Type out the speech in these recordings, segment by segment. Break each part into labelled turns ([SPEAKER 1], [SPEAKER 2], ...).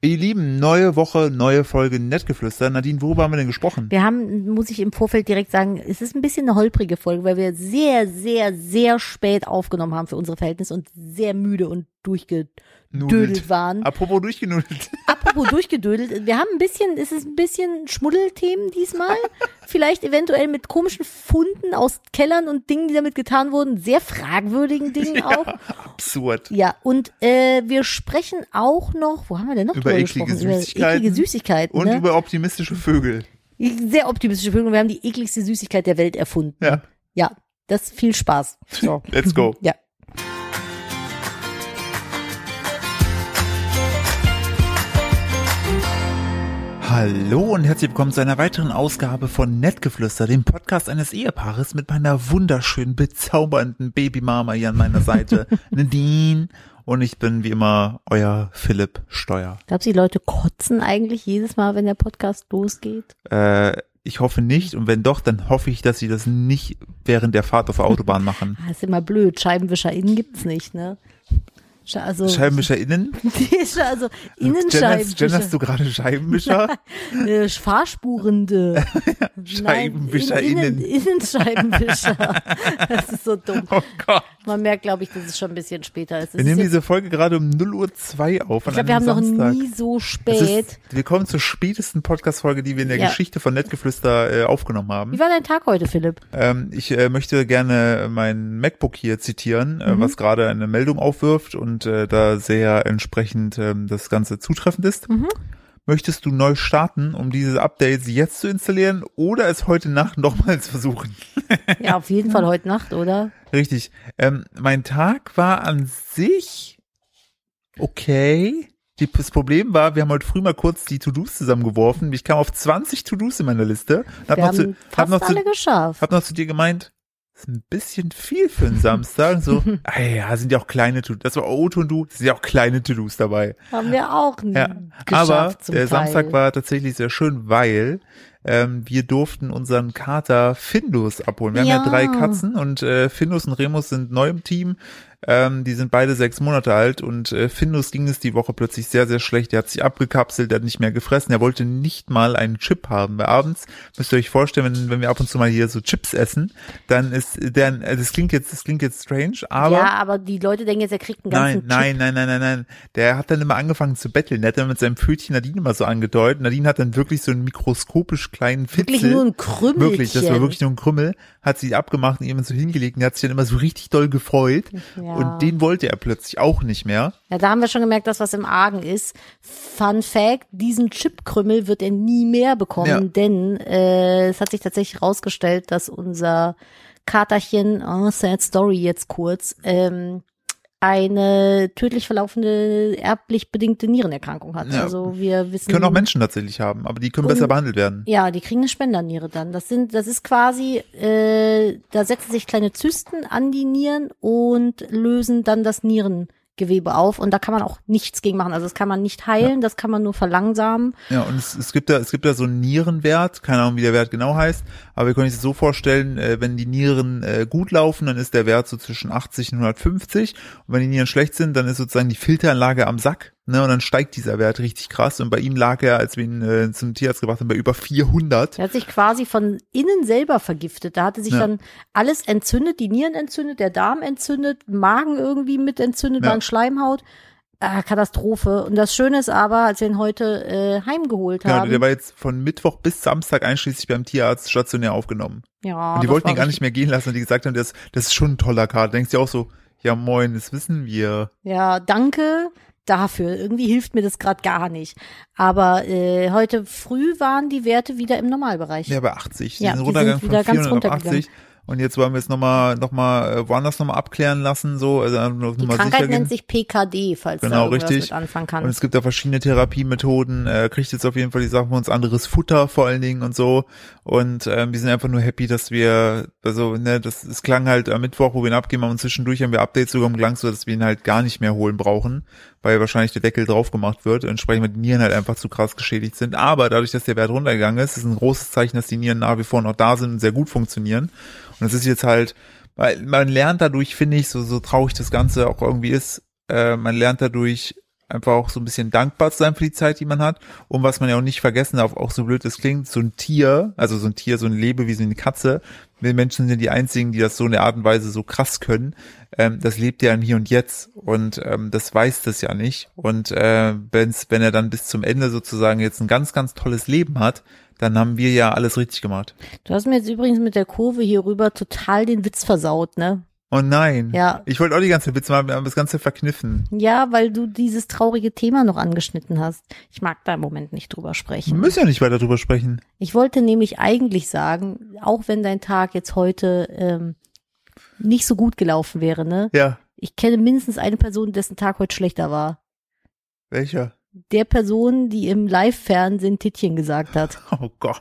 [SPEAKER 1] Ihr Lieben, neue Woche, neue Folge Nettgeflüster. Nadine, worüber haben wir denn gesprochen?
[SPEAKER 2] Wir haben, muss ich im Vorfeld direkt sagen, es ist ein bisschen eine holprige Folge, weil wir sehr, sehr, sehr spät aufgenommen haben für unsere Verhältnisse und sehr müde und durchgedödelt
[SPEAKER 1] Nudelt.
[SPEAKER 2] waren.
[SPEAKER 1] Apropos durchgenudelt.
[SPEAKER 2] Apropos durchgedödelt, wir haben ein bisschen, es ist ein bisschen Schmuddelthemen diesmal. Vielleicht eventuell mit komischen Funden aus Kellern und Dingen, die damit getan wurden, sehr fragwürdigen Dingen auch.
[SPEAKER 1] Absurd.
[SPEAKER 2] Ja, und äh, wir sprechen auch noch, wo haben wir denn noch
[SPEAKER 1] Über
[SPEAKER 2] drüber
[SPEAKER 1] eklige
[SPEAKER 2] gesprochen? Über
[SPEAKER 1] Süßigkeiten
[SPEAKER 2] eklige Süßigkeiten.
[SPEAKER 1] Und
[SPEAKER 2] ne?
[SPEAKER 1] über optimistische Vögel.
[SPEAKER 2] Sehr optimistische Vögel. Wir haben die ekligste Süßigkeit der Welt erfunden.
[SPEAKER 1] Ja.
[SPEAKER 2] Ja, das viel Spaß. So.
[SPEAKER 1] Let's go.
[SPEAKER 2] Ja.
[SPEAKER 1] Hallo und herzlich willkommen zu einer weiteren Ausgabe von Nettgeflüster, dem Podcast eines Ehepaares mit meiner wunderschönen, bezaubernden Babymama hier an meiner Seite, Nadine. Und ich bin wie immer euer Philipp Steuer.
[SPEAKER 2] Glaubst du, die Leute kotzen eigentlich jedes Mal, wenn der Podcast losgeht?
[SPEAKER 1] Äh, ich hoffe nicht und wenn doch, dann hoffe ich, dass sie das nicht während der Fahrt auf der Autobahn machen.
[SPEAKER 2] Ah, ist immer blöd. ScheibenwischerInnen gibt's nicht, ne? Sche- Also,
[SPEAKER 1] ScheibenwischerInnen?
[SPEAKER 2] also
[SPEAKER 1] Genderst, genderst
[SPEAKER 2] Innenscheibenwischer,
[SPEAKER 1] du gerade Scheibenwischer?
[SPEAKER 2] äh, Fahrspurende. Nein,
[SPEAKER 1] ScheibenwischerInnen.
[SPEAKER 2] Innen, Innenscheibenwischer. Das ist so dumm.
[SPEAKER 1] Oh Gott.
[SPEAKER 2] Man merkt, glaube ich, dass es schon ein bisschen später ist. Es
[SPEAKER 1] Wir
[SPEAKER 2] ist
[SPEAKER 1] nehmen
[SPEAKER 2] jetzt,
[SPEAKER 1] diese Folge gerade um 0.02 Uhr auf.
[SPEAKER 2] ich glaube, wir haben noch
[SPEAKER 1] Samstag.
[SPEAKER 2] nie so
[SPEAKER 1] Es
[SPEAKER 2] spät.
[SPEAKER 1] Ist, wir kommen zur spätesten Podcast-Folge, die wir in der
[SPEAKER 2] Ja.
[SPEAKER 1] Geschichte von Nettgeflüster äh, aufgenommen haben.
[SPEAKER 2] Wie war dein Tag heute, Philipp?
[SPEAKER 1] Ähm, ich äh, möchte gerne mein MacBook hier zitieren,
[SPEAKER 2] Mhm.
[SPEAKER 1] äh, was gerade eine Meldung aufwirft und äh, da sehr entsprechend ähm, das Ganze zutreffend ist.
[SPEAKER 2] Mhm.
[SPEAKER 1] Möchtest du neu starten, um diese Updates jetzt zu installieren oder es heute Nacht nochmals versuchen?
[SPEAKER 2] Ja, auf jeden Fall heute Nacht, oder?
[SPEAKER 1] Richtig. Ähm, mein Tag war an sich okay. Die, das Problem war, wir haben heute früh mal kurz die To-Dos zusammengeworfen. Ich kam auf 20 To-Dos in meiner Liste. Und hab
[SPEAKER 2] Wir
[SPEAKER 1] noch,
[SPEAKER 2] haben
[SPEAKER 1] zu, hab,
[SPEAKER 2] fast
[SPEAKER 1] noch
[SPEAKER 2] alle
[SPEAKER 1] zu,
[SPEAKER 2] geschafft.
[SPEAKER 1] hab noch zu dir gemeint, das ist ein bisschen viel für einen Samstag. So, ah ja, sind ja auch kleine To-Dos. Das war Auto und du, sind ja auch kleine To-Dos dabei.
[SPEAKER 2] Haben wir auch n-
[SPEAKER 1] Ja,
[SPEAKER 2] geschafft
[SPEAKER 1] aber
[SPEAKER 2] zum
[SPEAKER 1] der
[SPEAKER 2] Teil.
[SPEAKER 1] Samstag war tatsächlich sehr schön, weil ähm, wir durften unseren Kater Findus abholen. Wir haben ja
[SPEAKER 2] Ja.
[SPEAKER 1] drei Katzen und äh, Findus und Remus sind neu im Team. Ähm, die sind beide sechs Monate alt und äh, Findus ging es die Woche plötzlich sehr, sehr schlecht. Er hat sich abgekapselt, er hat nicht mehr gefressen, er wollte nicht mal einen Chip haben. Weil abends müsst ihr euch vorstellen, wenn, wenn wir ab und zu mal hier so Chips essen, dann ist dann äh, das klingt jetzt, das klingt jetzt strange, aber
[SPEAKER 2] ja, aber die Leute denken jetzt, er kriegt einen
[SPEAKER 1] Nein,
[SPEAKER 2] ganzen
[SPEAKER 1] nein, nein, nein, nein, nein. Der hat dann immer angefangen zu betteln. Der hat dann mit seinem Pfötchen Nadine immer so angedeutet. Nadine hat dann wirklich so einen mikroskopisch kleinen Fitzel.
[SPEAKER 2] Wirklich nur ein Krümmelchen.
[SPEAKER 1] Wirklich, das war wirklich nur ein Krümmel. Hat sie abgemacht und jemand so hingelegt und hat sich dann immer so richtig doll gefreut.
[SPEAKER 2] Ja.
[SPEAKER 1] Und den wollte er plötzlich auch nicht mehr.
[SPEAKER 2] Ja, da haben wir schon gemerkt, dass was im Argen ist. Fun Fact, diesen Chipkrümmel wird er nie mehr bekommen,
[SPEAKER 1] Ja.
[SPEAKER 2] denn äh, es hat sich tatsächlich rausgestellt, dass unser Katerchen, oh, sad story jetzt kurz, ähm, eine tödlich verlaufende, erblich bedingte Nierenerkrankung hat.
[SPEAKER 1] Ja.
[SPEAKER 2] Also wir wissen.
[SPEAKER 1] Können auch Menschen tatsächlich haben, aber die können besser behandelt werden.
[SPEAKER 2] Ja, die kriegen eine Spenderniere dann. Das sind, das ist quasi, äh, da setzen sich kleine Zysten an die Nieren und lösen dann das Nierengewebe auf. Und da kann man auch nichts gegen machen. Also das kann man nicht heilen, das kann man nur verlangsamen.
[SPEAKER 1] Ja, und es, es gibt da, es gibt da so einen Nierenwert, keine Ahnung, wie der Wert genau heißt, aber wir können uns das so vorstellen, äh, wenn die Nieren äh, gut laufen, dann ist der Wert so zwischen 80 und 150 und wenn die Nieren schlecht sind, dann ist sozusagen die Filteranlage am Sack, ne, und dann steigt dieser Wert richtig krass und bei ihm lag er, als wir ihn äh, zum Tierarzt gebracht haben, bei über 400.
[SPEAKER 2] Der hat sich quasi von innen selber vergiftet. Da hatte sich
[SPEAKER 1] Ja.
[SPEAKER 2] dann alles entzündet, die Nieren entzündet, der Darm entzündet, Magen irgendwie mit entzündet,
[SPEAKER 1] Ja.
[SPEAKER 2] Magenschleimhaut. Ah, Katastrophe. Und das Schöne ist aber, als wir ihn heute äh, heimgeholt
[SPEAKER 1] Genau,
[SPEAKER 2] haben.
[SPEAKER 1] der war jetzt von Mittwoch bis Samstag einschließlich beim Tierarzt stationär aufgenommen. Und
[SPEAKER 2] ja,
[SPEAKER 1] die
[SPEAKER 2] Ah, das
[SPEAKER 1] wollten
[SPEAKER 2] war
[SPEAKER 1] ihn gar nicht
[SPEAKER 2] richtig
[SPEAKER 1] mehr gehen lassen, und die gesagt haben, das, das ist schon ein toller Kater. Denkst du auch so, ja moin, das wissen wir.
[SPEAKER 2] Ja, danke dafür. Irgendwie hilft mir das gerade gar nicht. Aber äh, heute früh waren die Werte wieder im Normalbereich.
[SPEAKER 1] Ja, bei 80. Die
[SPEAKER 2] Ja,
[SPEAKER 1] sind
[SPEAKER 2] die
[SPEAKER 1] runtergegangen
[SPEAKER 2] sind wieder
[SPEAKER 1] von
[SPEAKER 2] ganz
[SPEAKER 1] 400 auf
[SPEAKER 2] runtergegangen.
[SPEAKER 1] 80. Und jetzt wollen wir es nochmal, noch mal, äh, woanders nochmal abklären lassen, so, also nochmal
[SPEAKER 2] die
[SPEAKER 1] sicher
[SPEAKER 2] Krankheit
[SPEAKER 1] gehen.
[SPEAKER 2] nennt sich PKD, falls
[SPEAKER 1] Genau,
[SPEAKER 2] da irgendwas
[SPEAKER 1] richtig.
[SPEAKER 2] mit anfangen
[SPEAKER 1] Und
[SPEAKER 2] kann.
[SPEAKER 1] es gibt da verschiedene Therapiemethoden, äh, kriegt jetzt auf jeden Fall die Sachen von uns anderes Futter vor allen Dingen und so. Und ähm, wir sind einfach nur happy, dass wir, also ne, das es klang halt am Mittwoch, wo wir ihn abgeben haben und zwischendurch haben wir Updates sogar umgelangt, so dass wir ihn halt gar nicht mehr holen brauchen, weil wahrscheinlich der Deckel drauf gemacht wird, entsprechend weil die Nieren halt einfach zu krass geschädigt sind. Aber dadurch, dass der Wert runtergegangen ist, ist ein großes Zeichen, dass die Nieren nach wie vor noch da sind und sehr gut funktionieren. Und es ist jetzt halt, weil man lernt dadurch, finde ich, so, so traurig das Ganze auch irgendwie ist, äh, man lernt dadurch einfach auch so ein bisschen dankbar zu sein für die Zeit, die man hat. Und was man ja auch nicht vergessen darf, auch so blöd es klingt, so ein Tier, also so ein Tier, so ein Lebewesen wie eine Katze, wir Menschen sind die einzigen, die das so in der Art und Weise so krass können. Ähm, das lebt ja im Hier und Jetzt und ähm, das weiß das ja nicht. Und äh, wenn's, wenn er dann bis zum Ende sozusagen jetzt ein ganz, ganz tolles Leben hat, dann haben wir ja alles richtig gemacht.
[SPEAKER 2] Du hast mir jetzt übrigens mit der Kurve hier rüber total den Witz versaut, ne?
[SPEAKER 1] Oh nein.
[SPEAKER 2] Ja.
[SPEAKER 1] Ich wollte auch die ganze Witze machen, wir haben das Ganze verkniffen.
[SPEAKER 2] Ja, weil du dieses traurige Thema noch angeschnitten hast. Ich mag da im Moment nicht drüber
[SPEAKER 1] Wir
[SPEAKER 2] sprechen.
[SPEAKER 1] müssen ja nicht weiter drüber sprechen.
[SPEAKER 2] Ich wollte nämlich eigentlich sagen, auch wenn dein Tag jetzt heute ähm, nicht so gut gelaufen wäre, ne?
[SPEAKER 1] Ja.
[SPEAKER 2] Ich kenne mindestens eine Person, dessen Tag heute schlechter war.
[SPEAKER 1] Welcher?
[SPEAKER 2] Der Person, die im Live-Fernsehen Tittchen gesagt hat.
[SPEAKER 1] Oh Gott.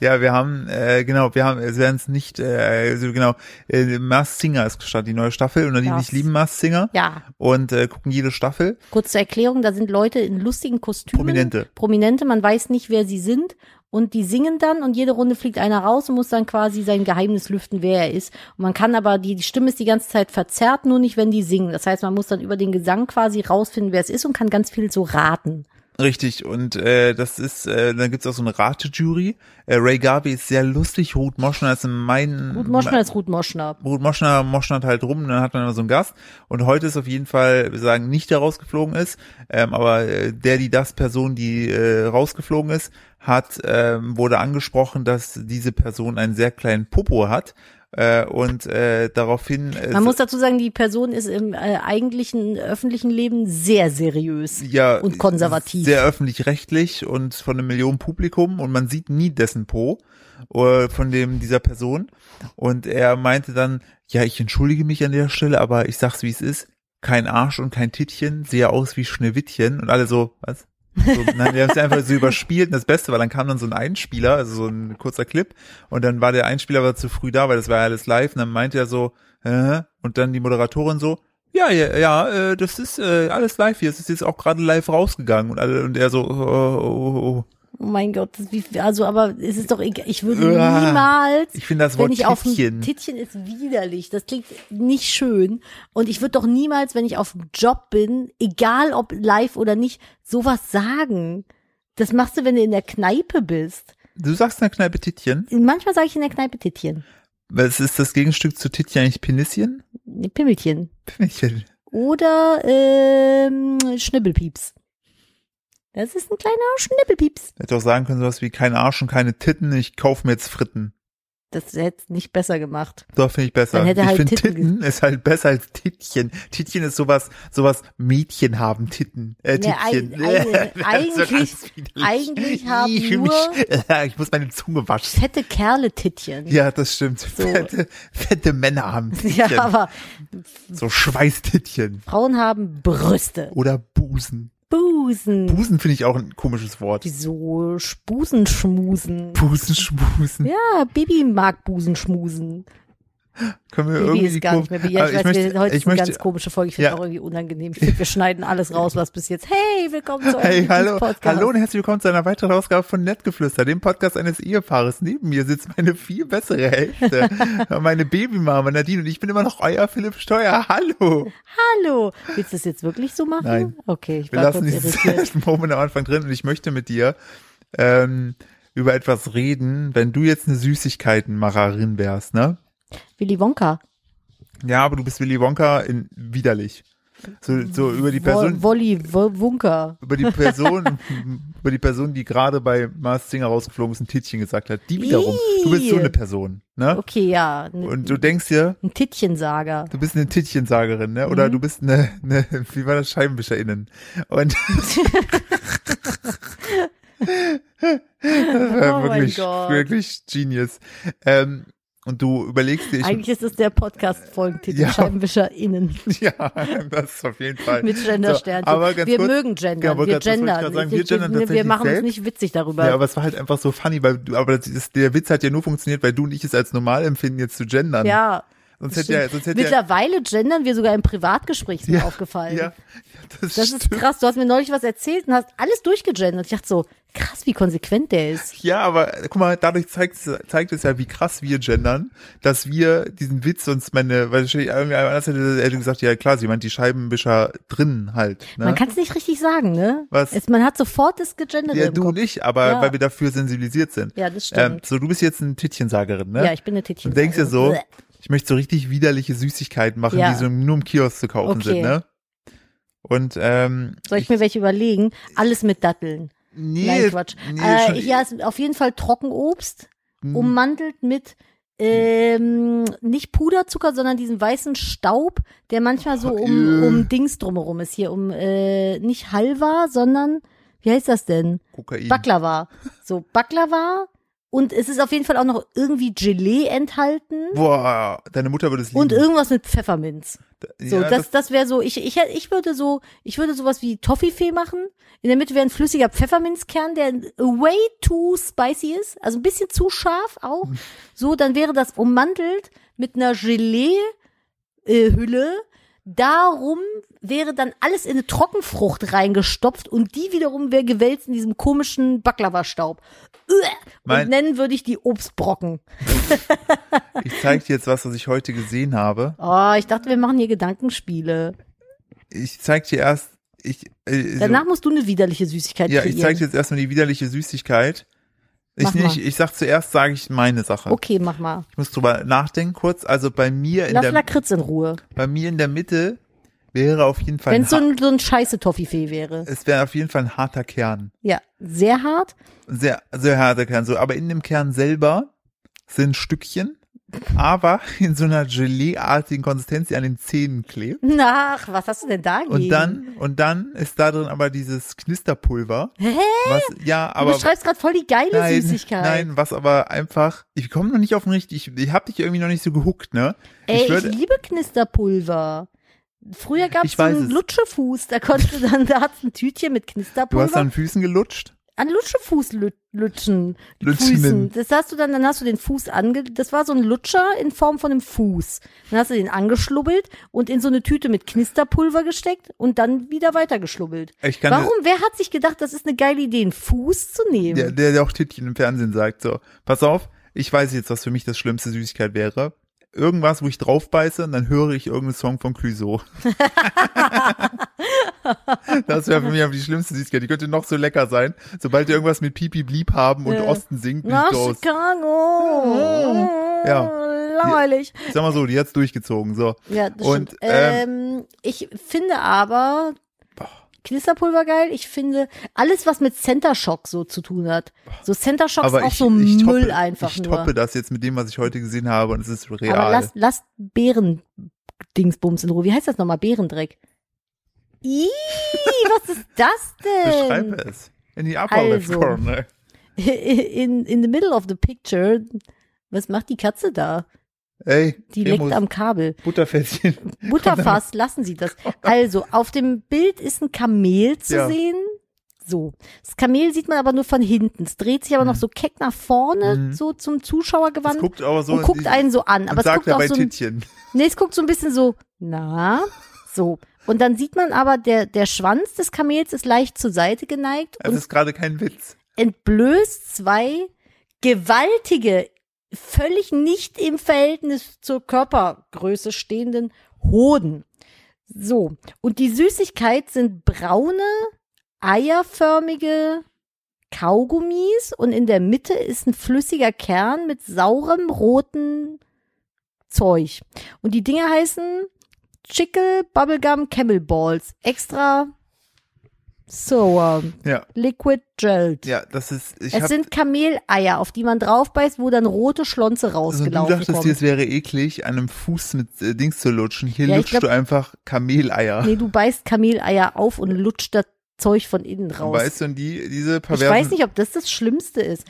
[SPEAKER 1] Ja, wir haben, äh, genau, wir haben, es werden es nicht, äh, also genau, äh, Mars Singer ist gestartet, die neue Staffel. Und die
[SPEAKER 2] Ja.
[SPEAKER 1] ich lieben Mars Singer
[SPEAKER 2] Ja,
[SPEAKER 1] und äh, gucken jede Staffel.
[SPEAKER 2] kurz zur Erklärung, da sind Leute in lustigen Kostümen.
[SPEAKER 1] Prominente.
[SPEAKER 2] Prominente, man weiß nicht, wer sie sind. Und die singen dann und jede Runde fliegt einer raus und muss dann quasi sein Geheimnis lüften, wer er ist. Und man kann aber, die, die Stimme ist die ganze Zeit verzerrt, nur nicht, wenn die singen. Das heißt, man muss dann über den Gesang quasi rausfinden, wer es ist und kann ganz viel so raten.
[SPEAKER 1] Richtig, und äh, das ist, äh, dann gibt's auch so eine Rate-Jury. Äh, Ray Garvey ist sehr lustig, Ruth Moschner ist in meinen...
[SPEAKER 2] Ruth Moschner ist Ruth Moschner.
[SPEAKER 1] Ruth Moschner moschnert halt rum, dann hat man immer so einen Gast. Und heute ist auf jeden Fall, wir sagen, nicht der rausgeflogen ist, ähm, aber äh, der, die das Person, die äh, rausgeflogen ist, hat, ähm, wurde angesprochen, dass diese Person einen sehr kleinen Popo hat. Äh, und äh, daraufhin äh,
[SPEAKER 2] Man muss dazu sagen, die Person ist im äh, eigentlichen öffentlichen Leben sehr seriös.
[SPEAKER 1] ja
[SPEAKER 2] und konservativ.
[SPEAKER 1] sehr öffentlich rechtlich und von einem Millionen Publikum und man sieht nie dessen Po äh, von dem dieser Person und er meinte dann ja ich entschuldige mich an der Stelle aber ich sag's wie es ist kein Arsch und kein Tittchen sehe aus wie Schneewittchen und alle so was so, nein, wir haben es einfach so überspielt und das Beste war, dann kam dann so ein Einspieler, also so ein kurzer Clip und dann war der Einspieler aber zu früh da, weil das war ja alles live und dann meinte er so, äh, und dann die Moderatorin so, ja, ja, ja, äh, das ist äh, alles live hier, es ist jetzt auch gerade live rausgegangen und alle und er so, oh, oh, oh.
[SPEAKER 2] Oh mein Gott, das wie, also aber es ist doch egal. Ich würde
[SPEAKER 1] Uah.
[SPEAKER 2] niemals
[SPEAKER 1] ich finde das Wort
[SPEAKER 2] wenn ich auf
[SPEAKER 1] Tittchen-
[SPEAKER 2] dem Tittchen ist widerlich. Das klingt nicht schön. Und ich würde doch niemals, wenn ich auf dem Job bin, egal ob live oder nicht, sowas sagen. Das machst du, wenn du in der Kneipe bist.
[SPEAKER 1] du sagst in der Kneipe Tittchen,
[SPEAKER 2] Manchmal sage ich in der Kneipe Tittchen.
[SPEAKER 1] was ist das Gegenstück zu Tittchen eigentlich Penisschen?
[SPEAKER 2] Pimmelchen.
[SPEAKER 1] Pimmelchen.
[SPEAKER 2] Oder ähm, Schnibbelpieps. Das ist ein kleiner Schnibbelpieps.
[SPEAKER 1] Hätte auch sagen können sowas wie kein Arsch und keine Titten, ich kauf mir jetzt Fritten.
[SPEAKER 2] Das hätte nicht besser gemacht.
[SPEAKER 1] Doch, finde ich besser.
[SPEAKER 2] Dann hätte er
[SPEAKER 1] ich
[SPEAKER 2] halt
[SPEAKER 1] finde
[SPEAKER 2] Titten
[SPEAKER 1] Titten ist halt besser als Tittchen. Tittchen ist sowas, sowas Mädchen haben Titten. Äh,
[SPEAKER 2] Nee,
[SPEAKER 1] Tittchen.
[SPEAKER 2] eig- eig-
[SPEAKER 1] Das wird
[SPEAKER 2] eigentlich-
[SPEAKER 1] alles widerlich.
[SPEAKER 2] eigentlich haben
[SPEAKER 1] ich, fühl mich,
[SPEAKER 2] nur-
[SPEAKER 1] ich muss meine Zunge waschen.
[SPEAKER 2] Fette Kerle Tittchen.
[SPEAKER 1] Ja, das stimmt. Fette, fette Männer haben Tittchen.
[SPEAKER 2] ja aber
[SPEAKER 1] so Schweißtittchen.
[SPEAKER 2] Frauen haben Brüste.
[SPEAKER 1] Oder Busen.
[SPEAKER 2] Busen.
[SPEAKER 1] Busen finde ich auch ein komisches Wort.
[SPEAKER 2] Wieso Busenschmusen?
[SPEAKER 1] Busen, Schmusen.
[SPEAKER 2] Ja, Baby mag Busenschmusen.
[SPEAKER 1] Können wir
[SPEAKER 2] Baby
[SPEAKER 1] irgendwie die
[SPEAKER 2] ist gar nicht mehr.
[SPEAKER 1] Kurve-
[SPEAKER 2] Ja,
[SPEAKER 1] Aber
[SPEAKER 2] ich, weiß, wir, heute ist
[SPEAKER 1] ich
[SPEAKER 2] eine
[SPEAKER 1] möchte,
[SPEAKER 2] ganz komische Folge. Ich finde
[SPEAKER 1] Ja.
[SPEAKER 2] auch irgendwie unangenehm. Ich finde, wir schneiden alles raus, was bis jetzt. Hey, willkommen zu eurem
[SPEAKER 1] Hey, hallo,
[SPEAKER 2] Podcast.
[SPEAKER 1] hallo und herzlich willkommen zu einer weiteren Ausgabe von Nettgeflüster, dem Podcast eines Ehepaares. Neben mir sitzt meine viel bessere Hälfte, meine Babymama Nadine und ich bin immer noch euer Philipp Steuer. Hallo.
[SPEAKER 2] Hallo. Willst du das jetzt wirklich so machen?
[SPEAKER 1] Nein.
[SPEAKER 2] Okay, ich
[SPEAKER 1] Wir
[SPEAKER 2] war
[SPEAKER 1] lassen
[SPEAKER 2] kurz irritiert.
[SPEAKER 1] diesen Moment am Anfang drin und ich möchte mit dir ähm, über etwas reden, wenn du jetzt eine Süßigkeitenmacherin wärst, ne?
[SPEAKER 2] Willy Wonka.
[SPEAKER 1] Ja, aber du bist Willy Wonka in widerlich. So, so über die Person,
[SPEAKER 2] Wo- Wolli Wo- Wonka.
[SPEAKER 1] über die Person, über die Person, die gerade bei Mars Singer rausgeflogen ist, ein Tittchen gesagt hat. Die wiederum, du bist so eine Person, ne?
[SPEAKER 2] Okay, ja. ne-
[SPEAKER 1] Und du denkst dir,
[SPEAKER 2] ein Tittchensager.
[SPEAKER 1] du bist eine Tittchensagerin, ne?
[SPEAKER 2] Mhm.
[SPEAKER 1] Oder du bist eine, eine, wie war das, ScheibenwischerInnen. Und
[SPEAKER 2] Oh
[SPEAKER 1] äh,
[SPEAKER 2] mein
[SPEAKER 1] wirklich,
[SPEAKER 2] Gott.
[SPEAKER 1] wirklich genius. Ähm, und du überlegst dir,
[SPEAKER 2] Eigentlich ist es der Podcast-Folgentitel
[SPEAKER 1] Ja.
[SPEAKER 2] ScheibenwischerInnen
[SPEAKER 1] ich, ja, das ist auf jeden Fall.
[SPEAKER 2] mit Gendersternchen.
[SPEAKER 1] So, aber ganz
[SPEAKER 2] wir
[SPEAKER 1] kurz,
[SPEAKER 2] mögen
[SPEAKER 1] Ja,
[SPEAKER 2] gendern.
[SPEAKER 1] wollte
[SPEAKER 2] wir
[SPEAKER 1] grad- das wollte ich
[SPEAKER 2] gendern.
[SPEAKER 1] grad sagen, wir gendern
[SPEAKER 2] wir,
[SPEAKER 1] tatsächlich
[SPEAKER 2] machen uns
[SPEAKER 1] selbst.
[SPEAKER 2] nicht witzig darüber.
[SPEAKER 1] Ja, aber es war halt einfach so funny, weil du, aber das ist, der Witz hat ja nur funktioniert, weil du und ich es als normal empfinden, jetzt zu gendern.
[SPEAKER 2] Ja,
[SPEAKER 1] Sonst hätte ja, sonst hätte ja,
[SPEAKER 2] Mittlerweile gendern wir sogar im Privatgespräch, ist mir
[SPEAKER 1] Ja,
[SPEAKER 2] aufgefallen.
[SPEAKER 1] ja, das,
[SPEAKER 2] Das
[SPEAKER 1] stimmt.
[SPEAKER 2] ist krass. Du hast mir neulich was erzählt und hast alles durchgegendert. Ich dachte so, krass, wie konsequent der ist.
[SPEAKER 1] Ja, aber äh, guck mal, dadurch zeigt, zeigt es ja, wie krass wir gendern, dass wir diesen Witz sonst meine, weil ich irgendwie anders hätte, hätte gesagt, ja klar, sie meint die Scheibenwischer drinnen halt. Ne?
[SPEAKER 2] Man kann es nicht richtig sagen, ne?
[SPEAKER 1] Was?
[SPEAKER 2] Es, man hat sofort das gegendert
[SPEAKER 1] ja,
[SPEAKER 2] im
[SPEAKER 1] du
[SPEAKER 2] Kopf.
[SPEAKER 1] nicht, aber
[SPEAKER 2] Ja.
[SPEAKER 1] weil wir dafür sensibilisiert sind.
[SPEAKER 2] Ja, das
[SPEAKER 1] Ähm,
[SPEAKER 2] stimmt.
[SPEAKER 1] so, du bist jetzt eine Tittchensagerin, ne?
[SPEAKER 2] Ja, ich bin eine Tittchen.
[SPEAKER 1] Und denkst dir so, ich möchte so richtig widerliche Süßigkeiten machen,
[SPEAKER 2] Ja.
[SPEAKER 1] die so nur im Kiosk zu kaufen
[SPEAKER 2] Okay.
[SPEAKER 1] sind, ne? Und ähm,
[SPEAKER 2] Soll ich mir welche überlegen? Alles mit Datteln.
[SPEAKER 1] nee,
[SPEAKER 2] Nein, Quatsch.
[SPEAKER 1] nee,
[SPEAKER 2] äh,
[SPEAKER 1] schon-
[SPEAKER 2] ja, um es ist auf jeden Fall Trockenobst,
[SPEAKER 1] mh,
[SPEAKER 2] ummantelt mit ähm, nicht Puderzucker, sondern diesen weißen Staub, der manchmal so um,
[SPEAKER 1] äh.
[SPEAKER 2] um Dings drumherum ist. Hier um äh, nicht Halva, sondern wie heißt das denn?
[SPEAKER 1] Kokain.
[SPEAKER 2] Baklava. So, Baklava. Und es ist auf jeden Fall auch noch irgendwie Gelee enthalten.
[SPEAKER 1] Boah, deine Mutter würde es lieben.
[SPEAKER 2] Und irgendwas mit Pfefferminz. So,
[SPEAKER 1] ja,
[SPEAKER 2] das, das wäre so, ich, ich, hätt- ich würde so, ich würde sowas wie Toffifee machen. In der Mitte wäre ein flüssiger Pfefferminzkern, der way too spicy ist. Also ein bisschen zu scharf auch.
[SPEAKER 1] Hm.
[SPEAKER 2] So, dann wäre das ummantelt mit einer Gelee-Hülle. Darum wäre dann alles in eine Trockenfrucht reingestopft und die wiederum wäre gewälzt in diesem komischen Baklava-Staub.
[SPEAKER 1] Mein-
[SPEAKER 2] Und nennen würde ich die Obstbrocken.
[SPEAKER 1] Ich zeig dir jetzt was, was ich heute gesehen habe.
[SPEAKER 2] Oh, ich dachte, wir machen hier Gedankenspiele.
[SPEAKER 1] Ich zeig dir erst, ich, äh,
[SPEAKER 2] Danach musst du eine widerliche Süßigkeit
[SPEAKER 1] ja,
[SPEAKER 2] kreieren.
[SPEAKER 1] ich zeig dir jetzt erstmal die widerliche Süßigkeit. Ich,
[SPEAKER 2] Mach
[SPEAKER 1] nee,
[SPEAKER 2] mal.
[SPEAKER 1] ich, ich sag zuerst, sage ich meine Sache.
[SPEAKER 2] Okay, mach mal.
[SPEAKER 1] Ich muss drüber nachdenken kurz. Also bei mir in
[SPEAKER 2] Lass
[SPEAKER 1] der,
[SPEAKER 2] Lakritz in Ruhe.
[SPEAKER 1] bei mir in der Mitte wäre auf jeden Fall
[SPEAKER 2] Wenn
[SPEAKER 1] ein,
[SPEAKER 2] es so
[SPEAKER 1] har-
[SPEAKER 2] ein, so ein scheiße Toffifee wäre.
[SPEAKER 1] es wäre auf jeden Fall ein harter Kern.
[SPEAKER 2] Ja, sehr hart.
[SPEAKER 1] sehr, sehr harter Kern. So, aber in dem Kern selber sind Stückchen, aber in so einer Gelee-artigen Konsistenz, die an den Zähnen klebt.
[SPEAKER 2] Ach, was hast du denn da
[SPEAKER 1] Und dann, und dann ist da drin aber dieses Knisterpulver.
[SPEAKER 2] Hä?
[SPEAKER 1] Was, ja,
[SPEAKER 2] Aber
[SPEAKER 1] aber.
[SPEAKER 2] du beschreibst gerade voll die geile
[SPEAKER 1] Nein,
[SPEAKER 2] Süßigkeit.
[SPEAKER 1] nein, was aber einfach, ich komme noch nicht auf den richtigen, ich, ich hab dich irgendwie noch nicht so gehuckt, ne?
[SPEAKER 2] Ey, ich,
[SPEAKER 1] würd-
[SPEAKER 2] liebe Knisterpulver. Früher gab
[SPEAKER 1] Ich
[SPEAKER 2] es so
[SPEAKER 1] weiß
[SPEAKER 2] einen
[SPEAKER 1] es.
[SPEAKER 2] Lutschefuß, da konntest du dann, da hat's ein Tütchen mit
[SPEAKER 1] du hast
[SPEAKER 2] Knisterpulver
[SPEAKER 1] an Füßen gelutscht.
[SPEAKER 2] an Lutschefuß lü- lutschen.
[SPEAKER 1] Lutschenen.
[SPEAKER 2] Füßen. Das hast du dann, dann hast du den Fuß ange, das war so ein Lutscher in Form von einem Fuß. Dann hast du den angeschlubbelt und in so eine Tüte mit Knisterpulver gesteckt und dann wieder weitergeschlubbelt.
[SPEAKER 1] Ich kann
[SPEAKER 2] Warum? Wer hat sich gedacht, das ist eine geile Idee, einen Fuß zu nehmen?
[SPEAKER 1] Der, der, der auch Tittchen im Fernsehen sagt, so, pass auf, ich weiß jetzt, was für mich das schlimmste Süßigkeit wäre. Irgendwas, wo ich drauf beiße und dann höre ich irgendeinen Song von Clüso. das wäre für mich aber die schlimmste Süßigkeit. Die könnte noch so lecker sein. Sobald die irgendwas mit Pipi Blieb haben und
[SPEAKER 2] Ja.
[SPEAKER 1] Osten singt, bin ich
[SPEAKER 2] Nach
[SPEAKER 1] raus.
[SPEAKER 2] Chicago.
[SPEAKER 1] Mhm.
[SPEAKER 2] Mhm.
[SPEAKER 1] Ja.
[SPEAKER 2] Langweilig.
[SPEAKER 1] Ich sag mal so, die hat's durchgezogen. So.
[SPEAKER 2] Ja, das
[SPEAKER 1] Und,
[SPEAKER 2] stimmt. Ähm, ich finde aber Knisterpulver geil. Ich finde alles, was mit Center Shock so zu tun hat. So Center Shock ist
[SPEAKER 1] Aber
[SPEAKER 2] auch
[SPEAKER 1] ich,
[SPEAKER 2] so
[SPEAKER 1] ich toppe,
[SPEAKER 2] Müll einfach
[SPEAKER 1] ich
[SPEAKER 2] nur.
[SPEAKER 1] toppe das jetzt mit dem, was ich heute gesehen habe und es ist real.
[SPEAKER 2] aber lass, lass Bären-Dingsbums in Ruhe. Wie heißt das nochmal? Bärendreck. Ih, was ist das denn?
[SPEAKER 1] Beschreibe es. In die upper left
[SPEAKER 2] Also.
[SPEAKER 1] corner.
[SPEAKER 2] In, in the middle of the picture. Was macht die Katze da?
[SPEAKER 1] Ey,
[SPEAKER 2] Die
[SPEAKER 1] Remus,
[SPEAKER 2] leckt am Kabel.
[SPEAKER 1] Butterfässchen.
[SPEAKER 2] Butterfass, lassen Sie das. Also, auf dem Bild ist ein Kamel zu
[SPEAKER 1] Ja.
[SPEAKER 2] sehen. So. Das Kamel sieht man aber nur von hinten. Es dreht sich aber noch so keck nach vorne,
[SPEAKER 1] Mhm.
[SPEAKER 2] so zum Zuschauer
[SPEAKER 1] Es
[SPEAKER 2] gewandt.
[SPEAKER 1] guckt aber so
[SPEAKER 2] und
[SPEAKER 1] in
[SPEAKER 2] guckt
[SPEAKER 1] die-
[SPEAKER 2] einen so an. Aber
[SPEAKER 1] und
[SPEAKER 2] es
[SPEAKER 1] sagt
[SPEAKER 2] guckt
[SPEAKER 1] dabei
[SPEAKER 2] auch so ein,
[SPEAKER 1] Tittchen.
[SPEAKER 2] nee, es guckt so ein bisschen so, na, so. Und dann sieht man aber, der, der Schwanz des Kamels ist leicht zur Seite geneigt
[SPEAKER 1] Es
[SPEAKER 2] und
[SPEAKER 1] Also ist gerade kein Witz.
[SPEAKER 2] entblößt zwei gewaltige, völlig nicht im Verhältnis zur Körpergröße stehenden Hoden. So, und die Süßigkeit sind braune, eierförmige Kaugummis und in der Mitte ist ein flüssiger Kern mit saurem roten Zeug. Und die Dinger heißen Chickle Bubblegum Camel Balls. Extra sour.
[SPEAKER 1] Ja,
[SPEAKER 2] Liquid Gelled.
[SPEAKER 1] ja, das ist. Ich
[SPEAKER 2] es
[SPEAKER 1] hab,
[SPEAKER 2] sind Kameleier, auf die man draufbeißt, wo dann rote Schlonze
[SPEAKER 1] also du
[SPEAKER 2] rausgelaufen
[SPEAKER 1] dachtest dir,
[SPEAKER 2] kommen.
[SPEAKER 1] es wäre eklig, an einem Fuß mit äh, Dings zu lutschen. Hier
[SPEAKER 2] Ja, ich
[SPEAKER 1] lutschst
[SPEAKER 2] glaub-
[SPEAKER 1] du einfach Kameleier.
[SPEAKER 2] nee, du beißt Kameleier auf und lutscht das Zeug von innen raus.
[SPEAKER 1] weißt du, und die, diese
[SPEAKER 2] ich
[SPEAKER 1] perversen.
[SPEAKER 2] weiß nicht, ob das das Schlimmste ist.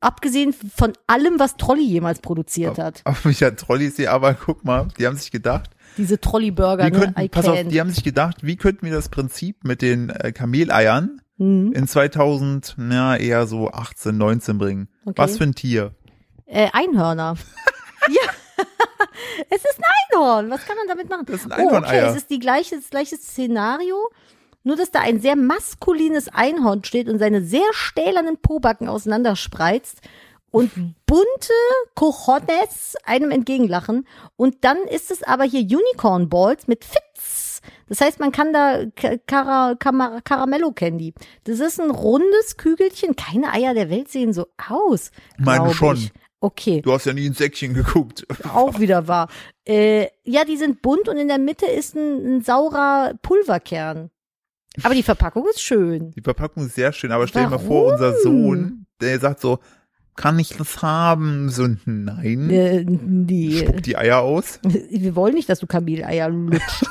[SPEAKER 2] Abgesehen von allem, was Trolli jemals produziert hat.
[SPEAKER 1] Aber mich hat Trollis hier, aber guck mal, die haben sich gedacht,
[SPEAKER 2] Diese Trolli-Burger,
[SPEAKER 1] wir
[SPEAKER 2] ne?
[SPEAKER 1] könnten,
[SPEAKER 2] I
[SPEAKER 1] pass auf,
[SPEAKER 2] can.
[SPEAKER 1] die haben sich gedacht, wie könnten wir das Prinzip mit den äh, Kameleiern
[SPEAKER 2] Hm.
[SPEAKER 1] in 2000, na, eher so 18, 19 bringen?
[SPEAKER 2] Okay.
[SPEAKER 1] Was für ein Tier?
[SPEAKER 2] Äh, Einhörner. ja. Es ist ein Einhorn. Was kann man damit machen?
[SPEAKER 1] Das sind
[SPEAKER 2] oh, okay,
[SPEAKER 1] Einhorneier.
[SPEAKER 2] es ist die gleiche, das gleiche Szenario, nur dass da ein sehr maskulines Einhorn steht und seine sehr stählernen Pobacken auseinanderspreizt und bunte Cojones einem entgegenlachen. Und dann ist es aber hier Unicorn Balls mit Fitz. Das heißt, man kann da Ka- Cara, Kamara- Caramello Candy. Das ist ein rundes Kügelchen. Keine Eier der Welt sehen so aus.
[SPEAKER 1] Meine
[SPEAKER 2] glaub
[SPEAKER 1] schon.
[SPEAKER 2] Ich. Okay
[SPEAKER 1] Du hast ja nie ins Säckchen geguckt.
[SPEAKER 2] auch wieder wahr. Äh, ja, die sind bunt und in der Mitte ist ein, ein saurer Pulverkern. Aber die Verpackung ist schön.
[SPEAKER 1] Die Verpackung ist sehr schön, aber stell dir mal
[SPEAKER 2] Warum?
[SPEAKER 1] vor, unser Sohn, der sagt so, kann ich das haben? So, nein.
[SPEAKER 2] Äh, nee.
[SPEAKER 1] Spuckt die Eier aus.
[SPEAKER 2] Wir wollen nicht, dass du Kameleier lutscht.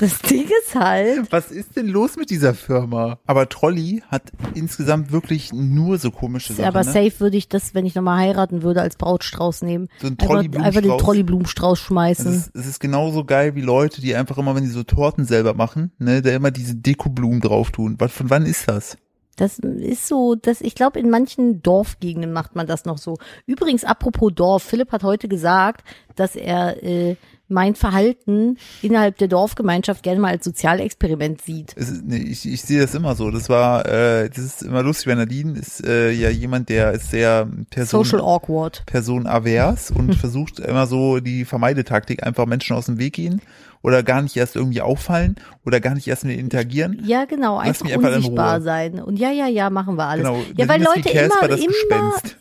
[SPEAKER 2] Das Ding ist halt,
[SPEAKER 1] Was ist denn los mit dieser Firma? Aber Trolli hat insgesamt wirklich nur so komische Sachen.
[SPEAKER 2] aber
[SPEAKER 1] ne?
[SPEAKER 2] safe würde ich das, wenn ich nochmal heiraten würde, als Brautstrauß nehmen.
[SPEAKER 1] So ein
[SPEAKER 2] Einfach,
[SPEAKER 1] Trolley-Blumenstrauß.
[SPEAKER 2] einfach den Trolley-Blumenstrauß
[SPEAKER 1] Es
[SPEAKER 2] schmeißen.
[SPEAKER 1] ist, es ist genauso geil wie Leute, die einfach immer, wenn sie so Torten selber machen, ne, da immer diese Dekoblumen drauf tun. Was, von wann ist das?
[SPEAKER 2] Das ist so, das, ich glaube, in manchen Dorfgegenden macht man das noch so. Übrigens, apropos Dorf, Philipp hat heute gesagt, dass er äh, mein Verhalten innerhalb der Dorfgemeinschaft gerne mal als Sozialexperiment sieht.
[SPEAKER 1] Es ist, nee, ich, ich sehe das immer so. Das war, äh, das ist immer lustig, weil Nadine ist äh, ja jemand, der ist sehr Person,
[SPEAKER 2] Social awkward.
[SPEAKER 1] Person avers und versucht immer so die Vermeidetaktik, einfach Menschen aus dem Weg gehen oder gar nicht erst irgendwie auffallen oder gar nicht erst mit ihnen interagieren.
[SPEAKER 2] Ja, genau,
[SPEAKER 1] Lass
[SPEAKER 2] einfach
[SPEAKER 1] mich einfach in
[SPEAKER 2] unsichtbar
[SPEAKER 1] Ruhe.
[SPEAKER 2] sein. Und ja, ja, ja, machen wir alles.
[SPEAKER 1] Genau.
[SPEAKER 2] ja,
[SPEAKER 1] Nadine
[SPEAKER 2] weil
[SPEAKER 1] ist
[SPEAKER 2] Leute
[SPEAKER 1] wie Casper,
[SPEAKER 2] immer,
[SPEAKER 1] das
[SPEAKER 2] immer,
[SPEAKER 1] Gespenst.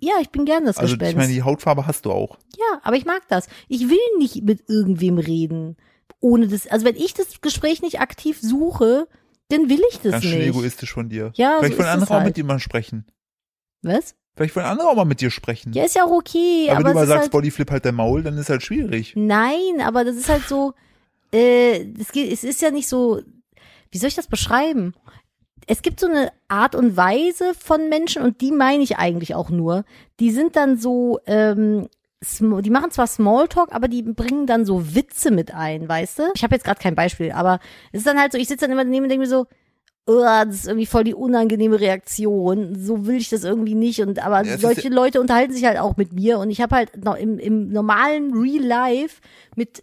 [SPEAKER 2] ja, ich bin gern das
[SPEAKER 1] Also
[SPEAKER 2] Gespenst.
[SPEAKER 1] ich meine, die Hautfarbe hast du auch.
[SPEAKER 2] Ja, aber ich mag das. Ich will nicht mit irgendwem reden, ohne das. Also wenn ich das Gespräch nicht aktiv suche, dann will ich das
[SPEAKER 1] Ganz schön
[SPEAKER 2] nicht.
[SPEAKER 1] egoistisch von dir.
[SPEAKER 2] Ja,
[SPEAKER 1] Vielleicht
[SPEAKER 2] so
[SPEAKER 1] wollen
[SPEAKER 2] ist es
[SPEAKER 1] andere auch
[SPEAKER 2] halt.
[SPEAKER 1] mit dir mal sprechen.
[SPEAKER 2] Was?
[SPEAKER 1] Vielleicht wollen andere auch mal mit dir sprechen.
[SPEAKER 2] Ja, ist ja auch okay,
[SPEAKER 1] aber
[SPEAKER 2] aber,
[SPEAKER 1] wenn du mal
[SPEAKER 2] es ist
[SPEAKER 1] sagst,
[SPEAKER 2] halt,
[SPEAKER 1] Bodyflip halt dein Maul, dann ist halt schwierig.
[SPEAKER 2] nein, aber das ist halt so, äh, es geht, es ist ja nicht so, wie soll ich das beschreiben? Es gibt so eine Art und Weise von Menschen und die meine ich eigentlich auch nur. Die sind dann so, ähm, sm- die machen zwar Smalltalk, aber die bringen dann so Witze mit ein, weißt du? Ich habe jetzt gerade kein Beispiel, aber es ist dann halt so, ich sitze dann immer daneben und denke mir so, "Uah, das ist irgendwie voll die unangenehme Reaktion. So will ich das irgendwie nicht. Und aber
[SPEAKER 1] Ja, es ist
[SPEAKER 2] solche Leute unterhalten sich halt auch mit mir. Und ich habe halt noch im, im normalen Real Life mit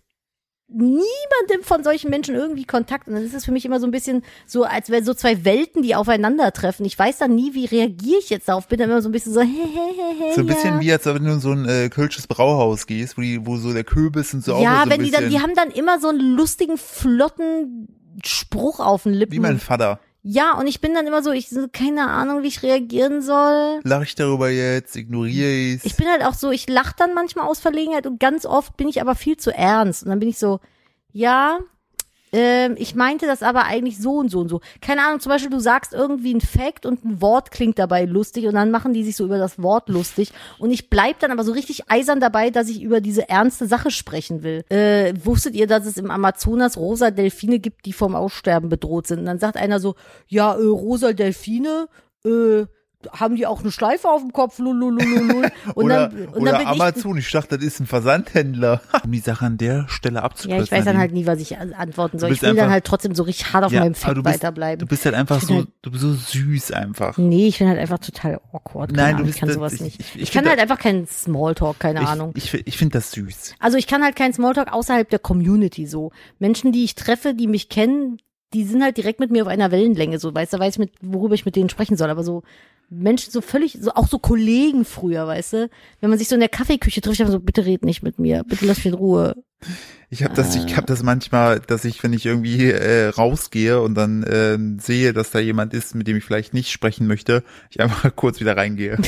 [SPEAKER 2] niemandem von solchen Menschen irgendwie Kontakt. Und dann ist es für mich immer so ein bisschen so, als wären so zwei Welten, die aufeinandertreffen. Ich weiß dann nie, wie reagiere ich jetzt darauf. Bin dann immer so ein bisschen so, hey, hey, hey, hey.
[SPEAKER 1] So ein bisschen
[SPEAKER 2] ja.
[SPEAKER 1] wie, als wenn du in so ein äh, kölsches Brauhaus gehst, wo, die, wo so der Kürbis und so auch
[SPEAKER 2] Ja,
[SPEAKER 1] so ein
[SPEAKER 2] wenn die
[SPEAKER 1] bisschen,
[SPEAKER 2] dann, die haben dann immer so einen lustigen, flotten Spruch auf den Lippen.
[SPEAKER 1] wie mein Vater.
[SPEAKER 2] ja, und ich bin dann immer so, ich so, keine Ahnung, wie ich reagieren soll.
[SPEAKER 1] Lach ich darüber jetzt, ignoriere ich's.
[SPEAKER 2] Ich bin halt auch so, ich lache dann manchmal aus Verlegenheit und ganz oft bin ich aber viel zu ernst. Und dann bin ich so, ja, ähm, ich meinte das aber eigentlich so und so und so. Keine Ahnung, zum Beispiel, du sagst irgendwie ein Fact und ein Wort klingt dabei lustig und dann machen die sich so über das Wort lustig. Und ich bleib dann aber so richtig eisern dabei, dass ich über diese ernste Sache sprechen will. Äh, wusstet ihr, dass es im Amazonas rosa Delfine gibt, die vom Aussterben bedroht sind? Und dann sagt einer so, ja, äh, rosa Delfine, äh, haben die auch eine Schleife auf dem Kopf, lululululul. Und
[SPEAKER 1] oder
[SPEAKER 2] dann, und
[SPEAKER 1] oder
[SPEAKER 2] dann bin ich,
[SPEAKER 1] Amazon, ich, dachte, das ist ein Versandhändler. um die Sache an der Stelle
[SPEAKER 2] ja,
[SPEAKER 1] abzukürzen.
[SPEAKER 2] ich weiß dann
[SPEAKER 1] Nadine.
[SPEAKER 2] halt nie, was ich an- antworten soll.
[SPEAKER 1] bist
[SPEAKER 2] Ich will dann
[SPEAKER 1] einfach-
[SPEAKER 2] halt trotzdem so richtig hart auf
[SPEAKER 1] Ja,
[SPEAKER 2] meinem
[SPEAKER 1] aber
[SPEAKER 2] Feld
[SPEAKER 1] du bist- Du
[SPEAKER 2] weiterbleiben.
[SPEAKER 1] bist halt einfach
[SPEAKER 2] Ich
[SPEAKER 1] so,
[SPEAKER 2] bin halt-
[SPEAKER 1] du bist so süß einfach.
[SPEAKER 2] Nee, ich bin halt einfach total awkward. Keine
[SPEAKER 1] Nein, du
[SPEAKER 2] Ahnung,
[SPEAKER 1] bist
[SPEAKER 2] ich kann
[SPEAKER 1] das-
[SPEAKER 2] sowas
[SPEAKER 1] ich-
[SPEAKER 2] nicht.
[SPEAKER 1] ich-
[SPEAKER 2] Ich,
[SPEAKER 1] ich
[SPEAKER 2] kann
[SPEAKER 1] find
[SPEAKER 2] halt einfach keinen Smalltalk, keine Ahnung.
[SPEAKER 1] Ich, ich, ich finde das süß.
[SPEAKER 2] Also ich kann halt keinen Smalltalk außerhalb der Community so. Menschen, die ich treffe, die mich kennen, die sind halt direkt mit mir auf einer Wellenlänge so. Weißt du, da weiß ich mit, worüber ich mit denen sprechen soll. Aber so Menschen so völlig, so auch so Kollegen früher, weißt du, wenn man sich so in der Kaffeeküche trifft, dann so bitte red nicht mit mir, bitte lass mich in Ruhe.
[SPEAKER 1] Ich habe das, ich habe das manchmal, dass ich, wenn ich irgendwie äh, rausgehe und dann ähm, sehe, dass da jemand ist, mit dem ich vielleicht nicht sprechen möchte, ich einfach kurz wieder reingehe.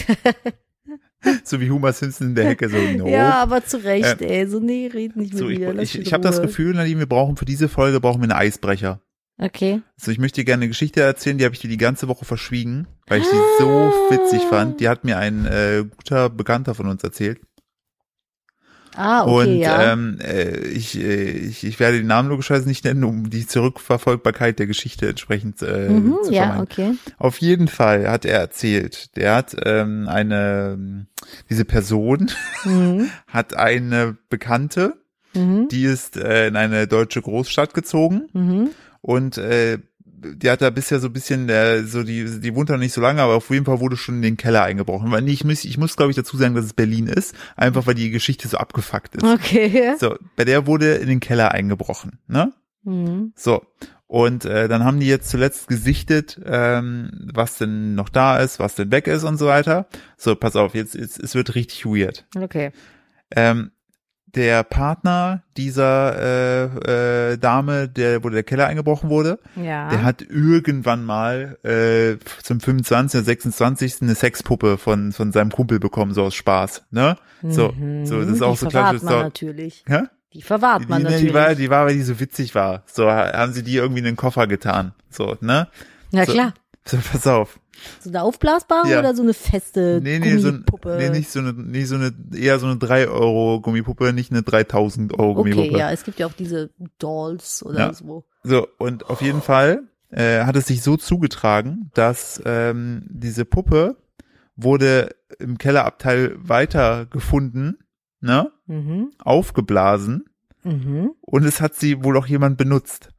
[SPEAKER 1] so wie Homer Simpson in der Hecke, so no.
[SPEAKER 2] Ja, aber zu Recht, ey, so nee, red nicht mit
[SPEAKER 1] Äh, so, ich
[SPEAKER 2] mir. lass
[SPEAKER 1] ich,
[SPEAKER 2] mich
[SPEAKER 1] ich
[SPEAKER 2] in
[SPEAKER 1] habe das
[SPEAKER 2] Ruhe.
[SPEAKER 1] Gefühl, Nadine, wir brauchen für diese Folge brauchen wir einen Eisbrecher.
[SPEAKER 2] Okay.
[SPEAKER 1] So, ich möchte dir gerne eine Geschichte erzählen, die habe ich dir die ganze Woche verschwiegen, weil ich sie so
[SPEAKER 2] Ah.
[SPEAKER 1] witzig fand. Die hat mir ein äh, guter Bekannter von uns erzählt.
[SPEAKER 2] Ah, okay,
[SPEAKER 1] Und
[SPEAKER 2] ja.
[SPEAKER 1] ähm, äh, ich, äh, ich, ich werde den Namen logischerweise nicht nennen, um die Zurückverfolgbarkeit der Geschichte entsprechend äh,
[SPEAKER 2] mhm,
[SPEAKER 1] zu
[SPEAKER 2] ja,
[SPEAKER 1] vermeiden.
[SPEAKER 2] okay.
[SPEAKER 1] Auf jeden Fall hat er erzählt, der hat ähm, eine, diese Person
[SPEAKER 2] Mhm,
[SPEAKER 1] hat eine Bekannte,
[SPEAKER 2] mhm,
[SPEAKER 1] die ist äh, in eine deutsche Großstadt gezogen
[SPEAKER 2] mhm,
[SPEAKER 1] und äh, die hat da bisher so ein bisschen, äh, so die, die wohnt da nicht so lange, aber auf jeden Fall wurde schon in den Keller eingebrochen. Weil nee, ich muss, ich muss glaube ich dazu sagen, dass es Berlin ist, einfach weil die Geschichte so abgefuckt ist.
[SPEAKER 2] Okay.
[SPEAKER 1] So, bei der wurde in den Keller eingebrochen, ne?
[SPEAKER 2] Mhm.
[SPEAKER 1] So. Und äh, dann haben die jetzt zuletzt gesichtet, ähm, was denn noch da ist, was denn weg ist und so weiter. So, pass auf, jetzt, jetzt es wird richtig weird.
[SPEAKER 2] Okay.
[SPEAKER 1] Ähm, der Partner dieser äh, äh, Dame, der wo der Keller eingebrochen wurde,
[SPEAKER 2] Ja.
[SPEAKER 1] der hat irgendwann mal äh, zum 25. oder 26. eine Sexpuppe von von seinem Kumpel bekommen, so aus Spaß. Ne? So, so das ist
[SPEAKER 2] Mhm. die
[SPEAKER 1] auch so
[SPEAKER 2] verwahrt
[SPEAKER 1] klassisch.
[SPEAKER 2] man
[SPEAKER 1] So,
[SPEAKER 2] natürlich.
[SPEAKER 1] hä?
[SPEAKER 2] Die verwahrt
[SPEAKER 1] Die,
[SPEAKER 2] man
[SPEAKER 1] ne,
[SPEAKER 2] natürlich.
[SPEAKER 1] die war, die war, weil die so witzig war. So ha- haben sie die irgendwie in den Koffer getan. So, ne?
[SPEAKER 2] ja
[SPEAKER 1] so,
[SPEAKER 2] klar.
[SPEAKER 1] So, pass auf.
[SPEAKER 2] So eine aufblasbare
[SPEAKER 1] Ja.
[SPEAKER 2] oder so eine feste
[SPEAKER 1] Nee, nee, so, ein-
[SPEAKER 2] Gummipuppe?
[SPEAKER 1] nee, nicht so eine, nicht so eine, eher so eine 3 Euro Gummipuppe, nicht eine 3000 Euro Gummipuppe.
[SPEAKER 2] Okay, ja, es gibt ja auch diese Dolls oder
[SPEAKER 1] Ja.
[SPEAKER 2] so.
[SPEAKER 1] So, und auf jeden Fall äh, hat es sich so zugetragen, dass ähm, diese Puppe wurde im Kellerabteil weiter gefunden, ne?
[SPEAKER 2] Mhm.
[SPEAKER 1] Aufgeblasen
[SPEAKER 2] Mhm.
[SPEAKER 1] und es hat sie wohl auch jemand benutzt.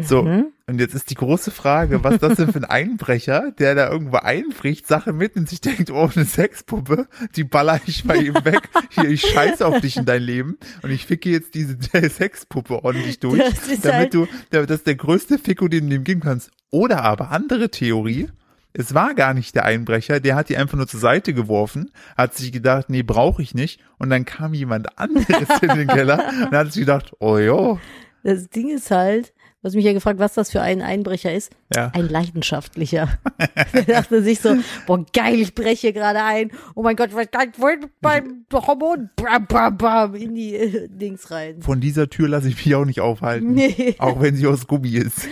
[SPEAKER 1] So,
[SPEAKER 2] Mhm.
[SPEAKER 1] und jetzt ist die große Frage, was das denn für ein Einbrecher, der da irgendwo einbricht, Sachen mit und sich denkt, oh, eine Sexpuppe, die baller ich bei ihm weg. Hier, ich scheiße auf dich in dein Leben und ich ficke jetzt diese Sexpuppe ordentlich durch,
[SPEAKER 2] Das ist
[SPEAKER 1] damit
[SPEAKER 2] halt-
[SPEAKER 1] du, damit das ist der größte Ficko, den du ihm geben kannst. Oder aber andere Theorie, es war gar nicht der Einbrecher, der hat die einfach nur zur Seite geworfen, hat sich gedacht, nee, brauche ich nicht. Und dann kam jemand anderes in den Keller und hat sich gedacht, oh jo,
[SPEAKER 2] Das Ding ist halt, was mich ja gefragt, was das für ein Einbrecher ist.
[SPEAKER 1] ja.
[SPEAKER 2] Ein leidenschaftlicher. Der dachte sich so, boah, geil, ich breche gerade ein. Oh mein Gott, was kann ich wohl mit meinem Hormon bam, bam, bam, in die äh, Dings rein.
[SPEAKER 1] Von dieser Tür lasse ich mich auch nicht aufhalten.
[SPEAKER 2] Nee.
[SPEAKER 1] Auch wenn sie aus Gummi ist.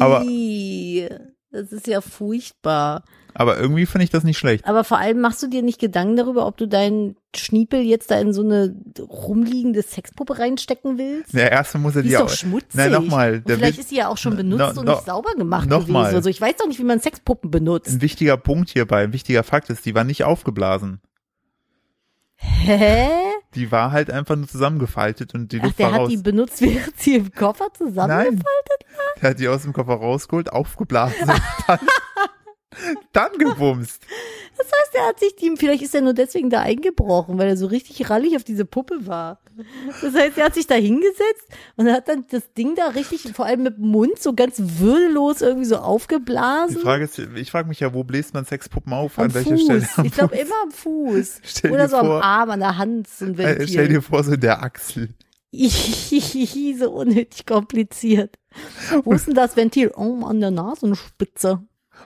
[SPEAKER 1] Aber-
[SPEAKER 2] Ii, das ist ja furchtbar.
[SPEAKER 1] Aber irgendwie finde ich das nicht schlecht.
[SPEAKER 2] Aber vor allem machst du dir nicht Gedanken darüber, ob du deinen Schniepel jetzt da in so eine rumliegende Sexpuppe reinstecken willst?
[SPEAKER 1] Der erste muss er
[SPEAKER 2] Die
[SPEAKER 1] die
[SPEAKER 2] ist doch
[SPEAKER 1] auch.
[SPEAKER 2] schmutzig.
[SPEAKER 1] Nein, nochmal.
[SPEAKER 2] Und
[SPEAKER 1] Der
[SPEAKER 2] Vielleicht
[SPEAKER 1] wi-
[SPEAKER 2] ist sie ja auch schon
[SPEAKER 1] No-
[SPEAKER 2] benutzt und
[SPEAKER 1] no-
[SPEAKER 2] nicht sauber gemacht
[SPEAKER 1] noch
[SPEAKER 2] gewesen.
[SPEAKER 1] mal.
[SPEAKER 2] Also ich weiß doch nicht, wie man Sexpuppen benutzt.
[SPEAKER 1] Ein wichtiger Punkt hierbei, ein wichtiger Fakt ist, die war nicht aufgeblasen.
[SPEAKER 2] Hä?
[SPEAKER 1] Die war halt einfach nur zusammengefaltet und die
[SPEAKER 2] Ach,
[SPEAKER 1] Luft
[SPEAKER 2] der
[SPEAKER 1] war
[SPEAKER 2] hat
[SPEAKER 1] raus.
[SPEAKER 2] die benutzt, während sie im Koffer zusammen.
[SPEAKER 1] Nein. Der hat die aus dem Koffer rausgeholt, aufgeblasen und dann, dann gebumst.
[SPEAKER 2] Das heißt, der hat sich die, vielleicht ist er nur deswegen da eingebrochen, weil er so richtig rallig auf diese Puppe war. Das heißt, er hat sich da hingesetzt und hat dann das Ding da richtig, vor allem mit dem Mund, so ganz würdelos irgendwie so
[SPEAKER 1] Die
[SPEAKER 2] aufgeblasen.
[SPEAKER 1] Frage ist, ich frage mich ja, wo bläst man Sexpuppen auf?
[SPEAKER 2] Also
[SPEAKER 1] an
[SPEAKER 2] Am
[SPEAKER 1] welcher
[SPEAKER 2] Fuß.
[SPEAKER 1] Stelle? Am
[SPEAKER 2] ich glaube
[SPEAKER 1] Fuß?
[SPEAKER 2] immer am Fuß.
[SPEAKER 1] Stell dir
[SPEAKER 2] Oder so
[SPEAKER 1] vor-
[SPEAKER 2] am Arm, an der Hand, so ein
[SPEAKER 1] Äh, Stell
[SPEAKER 2] Ventil.
[SPEAKER 1] dir vor, so in der Achsel.
[SPEAKER 2] Ihihihi, so unnötig kompliziert. Wo ist denn das Ventil? Oh, an der Nasenspitze.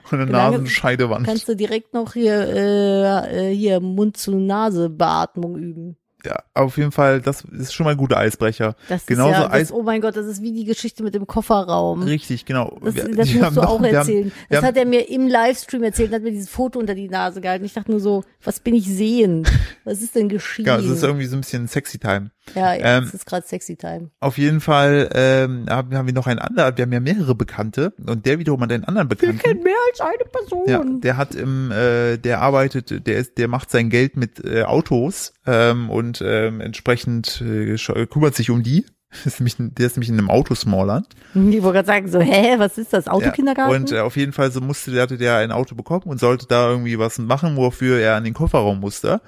[SPEAKER 1] Und eine
[SPEAKER 2] Solange-
[SPEAKER 1] Nasenscheidewand.
[SPEAKER 2] Kannst du direkt noch hier, äh, äh, hier Mund-zu-Nase-Beatmung üben.
[SPEAKER 1] ja, auf jeden Fall, das ist schon mal ein guter Eisbrecher.
[SPEAKER 2] Das
[SPEAKER 1] Genauso
[SPEAKER 2] ist ja,
[SPEAKER 1] Eis-
[SPEAKER 2] das, oh mein Gott, das ist wie die Geschichte mit dem Kofferraum.
[SPEAKER 1] Richtig, genau.
[SPEAKER 2] Mhm. Das,
[SPEAKER 1] Wir-
[SPEAKER 2] das
[SPEAKER 1] wir haben
[SPEAKER 2] musst du
[SPEAKER 1] noch-
[SPEAKER 2] auch
[SPEAKER 1] wir haben-
[SPEAKER 2] erzählen.
[SPEAKER 1] wir
[SPEAKER 2] das
[SPEAKER 1] haben-
[SPEAKER 2] hat er mir im Livestream erzählt und hat mir dieses Foto unter die Nase gehalten. Ich dachte nur so, was bin ich sehen? Was ist denn geschehen?
[SPEAKER 1] Ja, es ist irgendwie so ein bisschen Sexy Time.
[SPEAKER 2] ja, ja
[SPEAKER 1] ähm,
[SPEAKER 2] es ist gerade sexy time.
[SPEAKER 1] Auf jeden Fall ähm, haben, haben wir noch einen anderen, wir haben ja mehrere Bekannte und der wiederum hat einen anderen Bekannten.
[SPEAKER 2] mehr als eine Person.
[SPEAKER 1] mhm. Ja, der hat im, äh, der arbeitet, der ist, der macht sein Geld mit äh, Autos ähm, und ähm, entsprechend äh, sch- kümmert sich um die. Ist nämlich, ein- der ist nämlich in einem Autosmallern.
[SPEAKER 2] Ich wollte gerade sagen, so, hä, was ist das?
[SPEAKER 1] Ja,
[SPEAKER 2] Autokindergarten?
[SPEAKER 1] und äh, auf jeden Fall so musste, der hatte der ein Auto bekommen und sollte da irgendwie was machen, wofür er an den Kofferraum musste.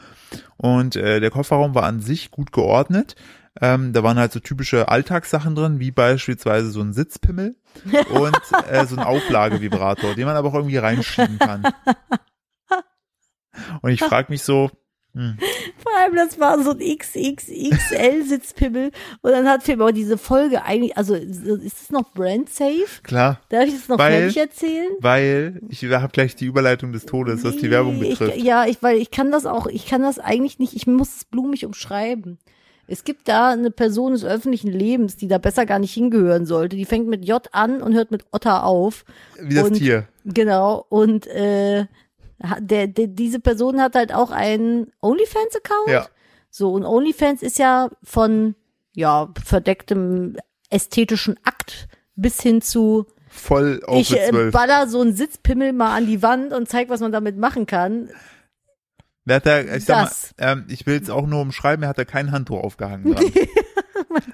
[SPEAKER 1] Und äh, der Kofferraum war an sich gut geordnet. Ähm, da waren halt so typische Alltagssachen drin, wie beispielsweise so ein Sitzpimmel und äh, so ein Auflagevibrator, den man aber auch irgendwie reinschieben kann. Und ich frage mich so, hm,
[SPEAKER 2] Vor allem, das war so ein XXXL-Sitzpimmel. und dann hat Film aber diese Folge eigentlich, also ist es noch brand safe?
[SPEAKER 1] klar,
[SPEAKER 2] Darf ich das noch
[SPEAKER 1] Weil-
[SPEAKER 2] fertig erzählen?
[SPEAKER 1] weil ich habe gleich die Überleitung des Todes, was die Werbung
[SPEAKER 2] Nee, ich-
[SPEAKER 1] betrifft.
[SPEAKER 2] ja, ich, weil ich kann das auch, ich kann das eigentlich nicht, ich muss es blumig umschreiben. Es gibt da eine Person des öffentlichen Lebens, die da besser gar nicht hingehören sollte. Die fängt mit J an und hört mit Otter auf.
[SPEAKER 1] Wie das
[SPEAKER 2] und-
[SPEAKER 1] Tier.
[SPEAKER 2] Genau. Und äh, ha- der, der, diese Person hat halt auch einen OnlyFans-Account.
[SPEAKER 1] Ja.
[SPEAKER 2] So, und OnlyFans ist ja von ja, verdecktem ästhetischen Akt bis hin zu
[SPEAKER 1] Voll auf
[SPEAKER 2] ich
[SPEAKER 1] mit
[SPEAKER 2] äh,
[SPEAKER 1] zwölf.
[SPEAKER 2] baller so einen Sitzpimmel mal an die Wand und zeig, was man damit machen kann.
[SPEAKER 1] Wer hat da, ich sag mal,
[SPEAKER 2] Das.
[SPEAKER 1] ähm, ich will es auch nur umschreiben, er hat da kein Handtuch aufgehangen. Dran.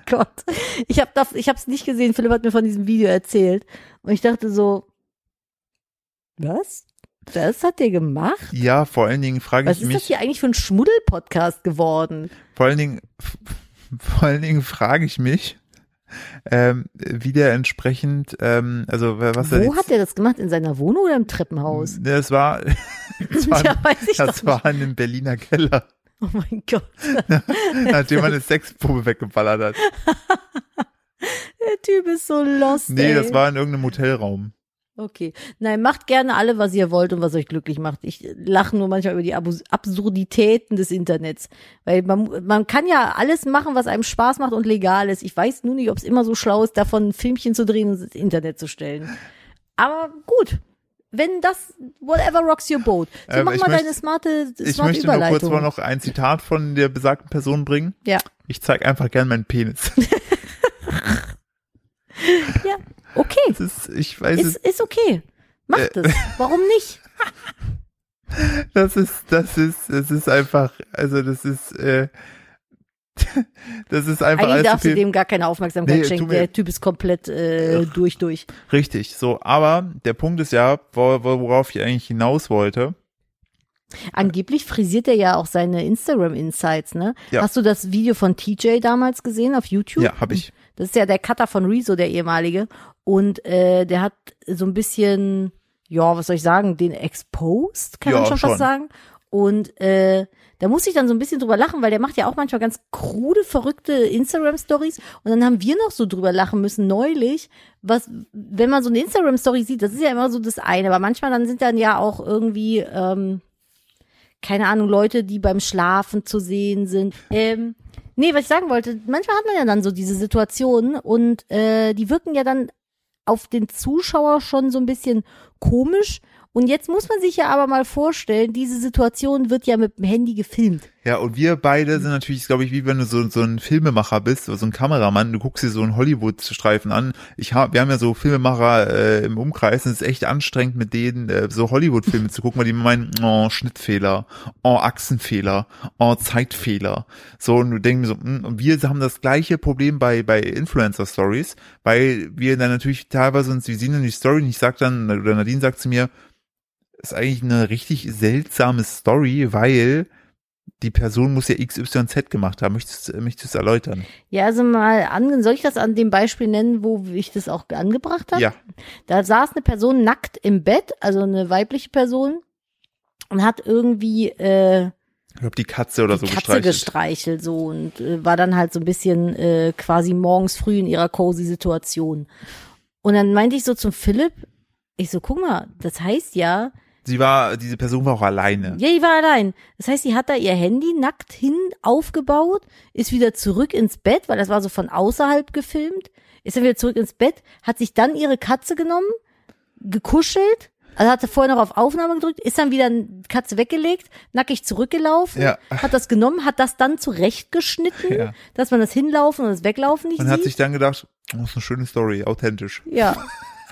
[SPEAKER 2] Gott. Ich habe ich hab's nicht gesehen, Philipp hat mir von diesem Video erzählt. Und ich dachte so, was? Das hat der gemacht?
[SPEAKER 1] Ja, vor allen Dingen frage
[SPEAKER 2] Was
[SPEAKER 1] ich
[SPEAKER 2] ist das
[SPEAKER 1] mich,
[SPEAKER 2] hier eigentlich für ein Schmuddel-Podcast geworden?
[SPEAKER 1] vor allen Dingen, vor allen Dingen frage ich mich, ähm, wie der entsprechend, ähm, also was er
[SPEAKER 2] Wo
[SPEAKER 1] jetzt-
[SPEAKER 2] hat der das gemacht? In seiner Wohnung oder im Treppenhaus?
[SPEAKER 1] Ne, Es war, es war,
[SPEAKER 2] Ja, weiß ich
[SPEAKER 1] das
[SPEAKER 2] doch
[SPEAKER 1] war in einem Berliner Keller,
[SPEAKER 2] nicht. Oh mein Gott.
[SPEAKER 1] nachdem man eine Sexprobe weggeballert hat.
[SPEAKER 2] Der Typ ist so lost.
[SPEAKER 1] Nee,
[SPEAKER 2] ey.
[SPEAKER 1] das war in irgendeinem Hotelraum.
[SPEAKER 2] Okay. Nein, macht gerne alle, was ihr wollt und was euch glücklich macht. Ich lache nur manchmal über die Abus Absurditäten des Internets. Weil man, man kann ja alles machen, was einem Spaß macht und legal ist. Ich weiß nur nicht, ob es immer so schlau ist, davon ein Filmchen zu drehen und ins Internet zu stellen. Aber gut. Wenn das, whatever rocks your boat. So,
[SPEAKER 1] Ähm,
[SPEAKER 2] mach
[SPEAKER 1] ich
[SPEAKER 2] mal
[SPEAKER 1] möchte-
[SPEAKER 2] deine smarte, smarte
[SPEAKER 1] Ich möchte nur
[SPEAKER 2] Überleitung.
[SPEAKER 1] kurz mal noch ein Zitat von der besagten Person bringen.
[SPEAKER 2] ja.
[SPEAKER 1] Ich zeige einfach gern meinen Penis.
[SPEAKER 2] ja. Okay.
[SPEAKER 1] Das ist, ich weiß
[SPEAKER 2] Ist,
[SPEAKER 1] es, Äh,
[SPEAKER 2] ist okay. Macht es. Warum nicht?
[SPEAKER 1] das ist, das ist, das ist einfach, also das ist, äh, das ist einfach
[SPEAKER 2] Eigentlich
[SPEAKER 1] alles
[SPEAKER 2] darfst
[SPEAKER 1] zu
[SPEAKER 2] du
[SPEAKER 1] viel.
[SPEAKER 2] dem gar keine Aufmerksamkeit
[SPEAKER 1] Nee, tu
[SPEAKER 2] schenken.
[SPEAKER 1] mir-
[SPEAKER 2] Der Typ ist komplett äh, durch, durch.
[SPEAKER 1] Richtig, so. Aber der Punkt ist ja, wo- wo- worauf ich eigentlich hinaus wollte.
[SPEAKER 2] Angeblich frisiert er ja auch seine Instagram-Insights, ne?
[SPEAKER 1] Ja.
[SPEAKER 2] Hast du das Video von TJ damals gesehen auf YouTube?
[SPEAKER 1] Ja, habe ich.
[SPEAKER 2] Das ist ja der Cutter von Rezo, der ehemalige. Und äh, der hat so ein bisschen, ja, was soll ich sagen, den exposed, kann
[SPEAKER 1] Ja,
[SPEAKER 2] man schon,
[SPEAKER 1] schon.
[SPEAKER 2] fast sagen. Und äh, da muss ich dann so ein bisschen drüber lachen, weil der macht ja auch manchmal ganz krude, verrückte Instagram-Stories. Und dann haben wir noch so drüber lachen müssen, neulich, was, wenn man so eine Instagram-Story sieht, das ist ja immer so das eine. Aber manchmal dann sind dann ja auch irgendwie, ähm, keine Ahnung, Leute, die beim Schlafen zu sehen sind. Ähm, nee, was ich sagen wollte, manchmal hat man ja dann so diese Situationen und äh, die wirken ja dann auf den Zuschauer schon so ein bisschen komisch. Und jetzt muss man sich ja aber mal vorstellen, diese Situation wird ja mit dem Handy gefilmt.
[SPEAKER 1] Ja, und wir beide sind natürlich, glaube ich, wie wenn du so, so ein Filmemacher bist, so ein Kameramann, du guckst dir so einen Hollywood-Streifen an. Ich hab, wir haben ja so Filmemacher äh, im Umkreis und es ist echt anstrengend, mit denen äh, so Hollywood-Filme zu gucken, weil die immer meinen, oh, Schnittfehler, oh, Achsenfehler, oh, Zeitfehler. So, und du denkst mir so, hm, und wir haben das gleiche Problem bei, bei Influencer-Stories, weil wir dann natürlich teilweise uns, wir sehen dann die Story und ich sag dann, oder Nadine sagt zu mir, ist eigentlich eine richtig seltsame Story, weil die Person muss ja XYZ gemacht haben. Möchtest, äh, möchtest du es erläutern?
[SPEAKER 2] Ja, also mal an, soll ich das an dem Beispiel nennen, wo ich das auch angebracht habe?
[SPEAKER 1] Ja.
[SPEAKER 2] Da saß eine Person nackt im Bett, also eine weibliche Person, und hat irgendwie äh,
[SPEAKER 1] Ich glaube, die Katze oder
[SPEAKER 2] die
[SPEAKER 1] so
[SPEAKER 2] Katze
[SPEAKER 1] gestreichelt.
[SPEAKER 2] gestreichelt so und äh, war dann halt so ein bisschen äh, quasi morgens früh in ihrer cozy Situation. Und dann meinte ich so zum Philipp, ich so, guck mal, das heißt ja,
[SPEAKER 1] Sie war, diese Person war auch alleine.
[SPEAKER 2] ja, die war allein. Das heißt, sie hat da ihr Handy nackt hin aufgebaut, ist wieder zurück ins Bett, weil das war so von außerhalb gefilmt, ist dann wieder zurück ins Bett, hat sich dann ihre Katze genommen, gekuschelt, also hatte vorher noch auf Aufnahme gedrückt, ist dann wieder die Katze weggelegt, nackig zurückgelaufen,
[SPEAKER 1] Ja.
[SPEAKER 2] hat das genommen, hat das dann zurechtgeschnitten,
[SPEAKER 1] Ja.
[SPEAKER 2] dass man das Hinlaufen und das Weglaufen nicht
[SPEAKER 1] Man
[SPEAKER 2] sieht.
[SPEAKER 1] hat sich dann gedacht, oh, ist eine schöne Story, authentisch.
[SPEAKER 2] ja.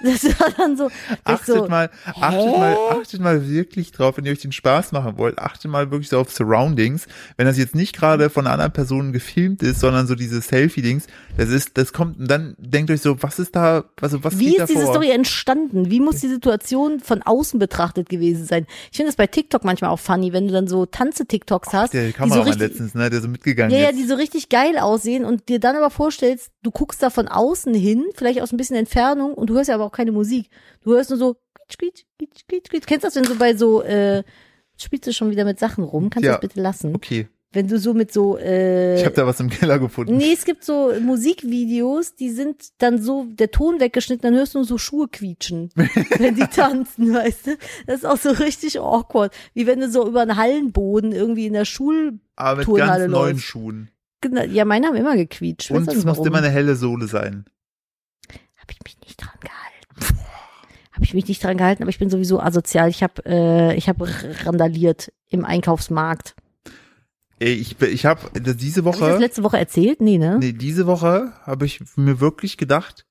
[SPEAKER 2] Das war dann so. ich
[SPEAKER 1] Achtet
[SPEAKER 2] so
[SPEAKER 1] mal, achtet
[SPEAKER 2] hä?
[SPEAKER 1] mal, achtet mal wirklich drauf, wenn ihr euch den Spaß machen wollt, achtet mal wirklich so auf Surroundings. Wenn das jetzt nicht gerade von einer anderen Person gefilmt ist, sondern so diese Selfie-Dings, das ist, das kommt, und dann denkt euch so, was ist da, also was
[SPEAKER 2] Wie
[SPEAKER 1] geht
[SPEAKER 2] ist
[SPEAKER 1] da
[SPEAKER 2] diese
[SPEAKER 1] vor?
[SPEAKER 2] Story entstanden? Wie muss die Situation von außen betrachtet gewesen sein? Ich finde das bei TikTok manchmal auch funny, wenn du dann so Tanze-TikToks hast,
[SPEAKER 1] Der
[SPEAKER 2] die so
[SPEAKER 1] Kameramann
[SPEAKER 2] richtig,
[SPEAKER 1] letztens, ne, der so mitgegangen
[SPEAKER 2] ja, ja,
[SPEAKER 1] ist.
[SPEAKER 2] die so richtig geil aussehen und dir dann aber vorstellst, du guckst da von außen hin, vielleicht aus ein bisschen Entfernung und du hörst ja aber auch keine Musik. Du hörst nur so quietsch, quietsch, quietsch, quietsch, quietsch. Kennst du das, wenn so bei so, äh, spielst du schon wieder mit Sachen rum? Kannst
[SPEAKER 1] Ja.
[SPEAKER 2] du das bitte lassen?
[SPEAKER 1] Okay,
[SPEAKER 2] Wenn du so mit so, äh,
[SPEAKER 1] ich habe da was im Keller gefunden.
[SPEAKER 2] Nee, es gibt so Musikvideos, die sind dann so, der Ton weggeschnitten, dann hörst du nur so Schuhe quietschen, wenn die tanzen, weißt du? Das ist auch so richtig awkward. Wie wenn du so über einen Hallenboden irgendwie in der Schul...
[SPEAKER 1] aber mit
[SPEAKER 2] Turnhalle
[SPEAKER 1] ganz neuen
[SPEAKER 2] läuft.
[SPEAKER 1] Schuhen.
[SPEAKER 2] Genau, Ja, meine haben immer gequietscht.
[SPEAKER 1] Und es muss
[SPEAKER 2] warum.
[SPEAKER 1] immer eine helle Sohle sein.
[SPEAKER 2] Habe ich mich nicht dran gehalten. Habe ich mich nicht dran gehalten, aber ich bin sowieso asozial. Ich habe äh, ich hab randaliert im Einkaufsmarkt.
[SPEAKER 1] Ey, Ich, ich habe diese
[SPEAKER 2] Habe ich das
[SPEAKER 1] Woche,
[SPEAKER 2] letzte Woche erzählt? Nee, ne?
[SPEAKER 1] nee, diese Woche habe ich mir wirklich gedacht,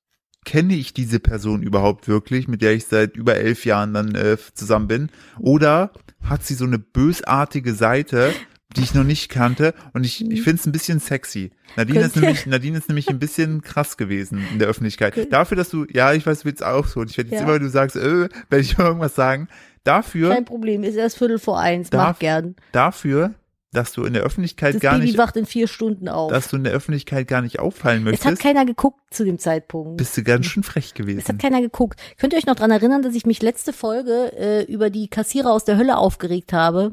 [SPEAKER 1] kenne ich diese Person überhaupt wirklich, mit der ich seit über elf Jahren dann äh, zusammen bin? Oder hat sie so eine bösartige Seite, die ich noch nicht kannte. Und ich,
[SPEAKER 2] Mhm.
[SPEAKER 1] ich finde es ein bisschen sexy. Nadine ist, nämlich, Nadine ist nämlich ein bisschen krass gewesen in der Öffentlichkeit. Dafür, dass du, ja, ich weiß, du willst auch so. Und ich werde jetzt
[SPEAKER 2] Ja.
[SPEAKER 1] immer, wenn du sagst, äh, werde ich irgendwas sagen. Dafür,
[SPEAKER 2] Kein Problem, ist erst Viertel vor eins,
[SPEAKER 1] Darf-
[SPEAKER 2] mach gern.
[SPEAKER 1] dafür, dass du in der Öffentlichkeit
[SPEAKER 2] Das
[SPEAKER 1] gar
[SPEAKER 2] Baby
[SPEAKER 1] nicht,
[SPEAKER 2] wacht in vier Stunden auf.
[SPEAKER 1] dass du in der Öffentlichkeit gar nicht auffallen
[SPEAKER 2] es hat
[SPEAKER 1] möchtest,
[SPEAKER 2] keiner geguckt zu dem Zeitpunkt.
[SPEAKER 1] bist du ganz schön frech
[SPEAKER 2] Es hat
[SPEAKER 1] gewesen.
[SPEAKER 2] keiner geguckt. Könnt ihr euch noch dran erinnern, dass ich mich letzte Folge äh, über die Kassierer aus der Hölle aufgeregt habe?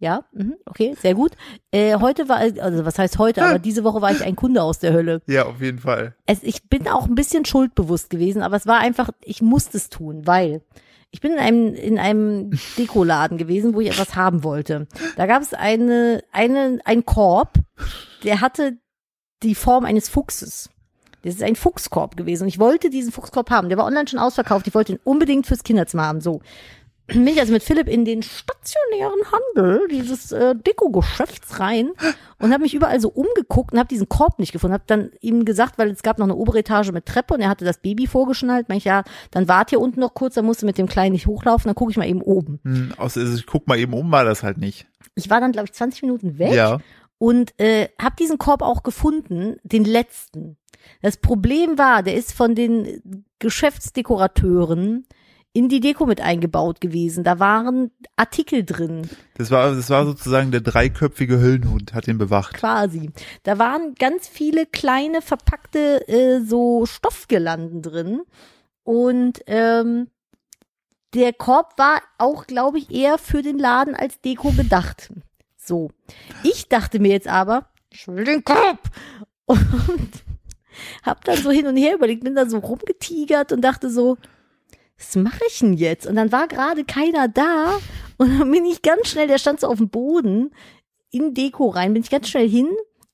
[SPEAKER 2] Ja, mhm, okay, sehr gut. Äh, heute war, also was heißt heute, aber diese Woche war ich ein Kunde aus der Hölle.
[SPEAKER 1] Ja, auf jeden Fall.
[SPEAKER 2] Es, ich bin auch ein bisschen schuldbewusst gewesen, aber es war einfach, ich musste es tun, weil ich bin in einem, in einem Dekoladen gewesen, wo ich etwas haben wollte. Da gab es eine, eine, einen Korb, der hatte die Form eines Fuchses. Das ist ein Fuchskorb gewesen und ich wollte diesen Fuchskorb haben. Der war online schon ausverkauft. Ich wollte ihn unbedingt fürs Kinderzimmer haben. So. Bin ich also mit Philipp in den stationären Handel dieses äh, Deko-Geschäfts rein und habe mich überall so umgeguckt und habe diesen Korb nicht gefunden. Habe dann ihm gesagt, weil es gab noch eine obere Etage mit Treppe und er hatte das Baby vorgeschnallt. Meinte ich, ja, dann wart hier unten noch kurz, dann musst du mit dem Kleinen nicht hochlaufen, dann gucke ich mal eben oben.
[SPEAKER 1] Hm, außer, also ich guck mal eben um, war das halt nicht.
[SPEAKER 2] Ich war dann, glaube ich, 20 Minuten weg
[SPEAKER 1] Ja.
[SPEAKER 2] und äh, habe diesen Korb auch gefunden, den letzten. Das Problem war, der ist von den Geschäftsdekorateuren in die Deko mit eingebaut gewesen. Da waren Artikel drin,
[SPEAKER 1] Das war, das war sozusagen der dreiköpfige Höllenhund, hat ihn bewacht.
[SPEAKER 2] quasi. Da waren ganz viele kleine verpackte äh, so Stoffgelanden drin und ähm, der Korb war auch, glaube ich, eher für den Laden als Deko gedacht. So. Ich dachte mir jetzt aber, ich will den Korb. Und hab dann so hin und her überlegt, bin da so rumgetigert und dachte so, was mache ich denn jetzt? Und dann war gerade keiner da und dann bin ich ganz schnell, der stand so auf dem Boden, in Deko rein, bin ich ganz schnell hin.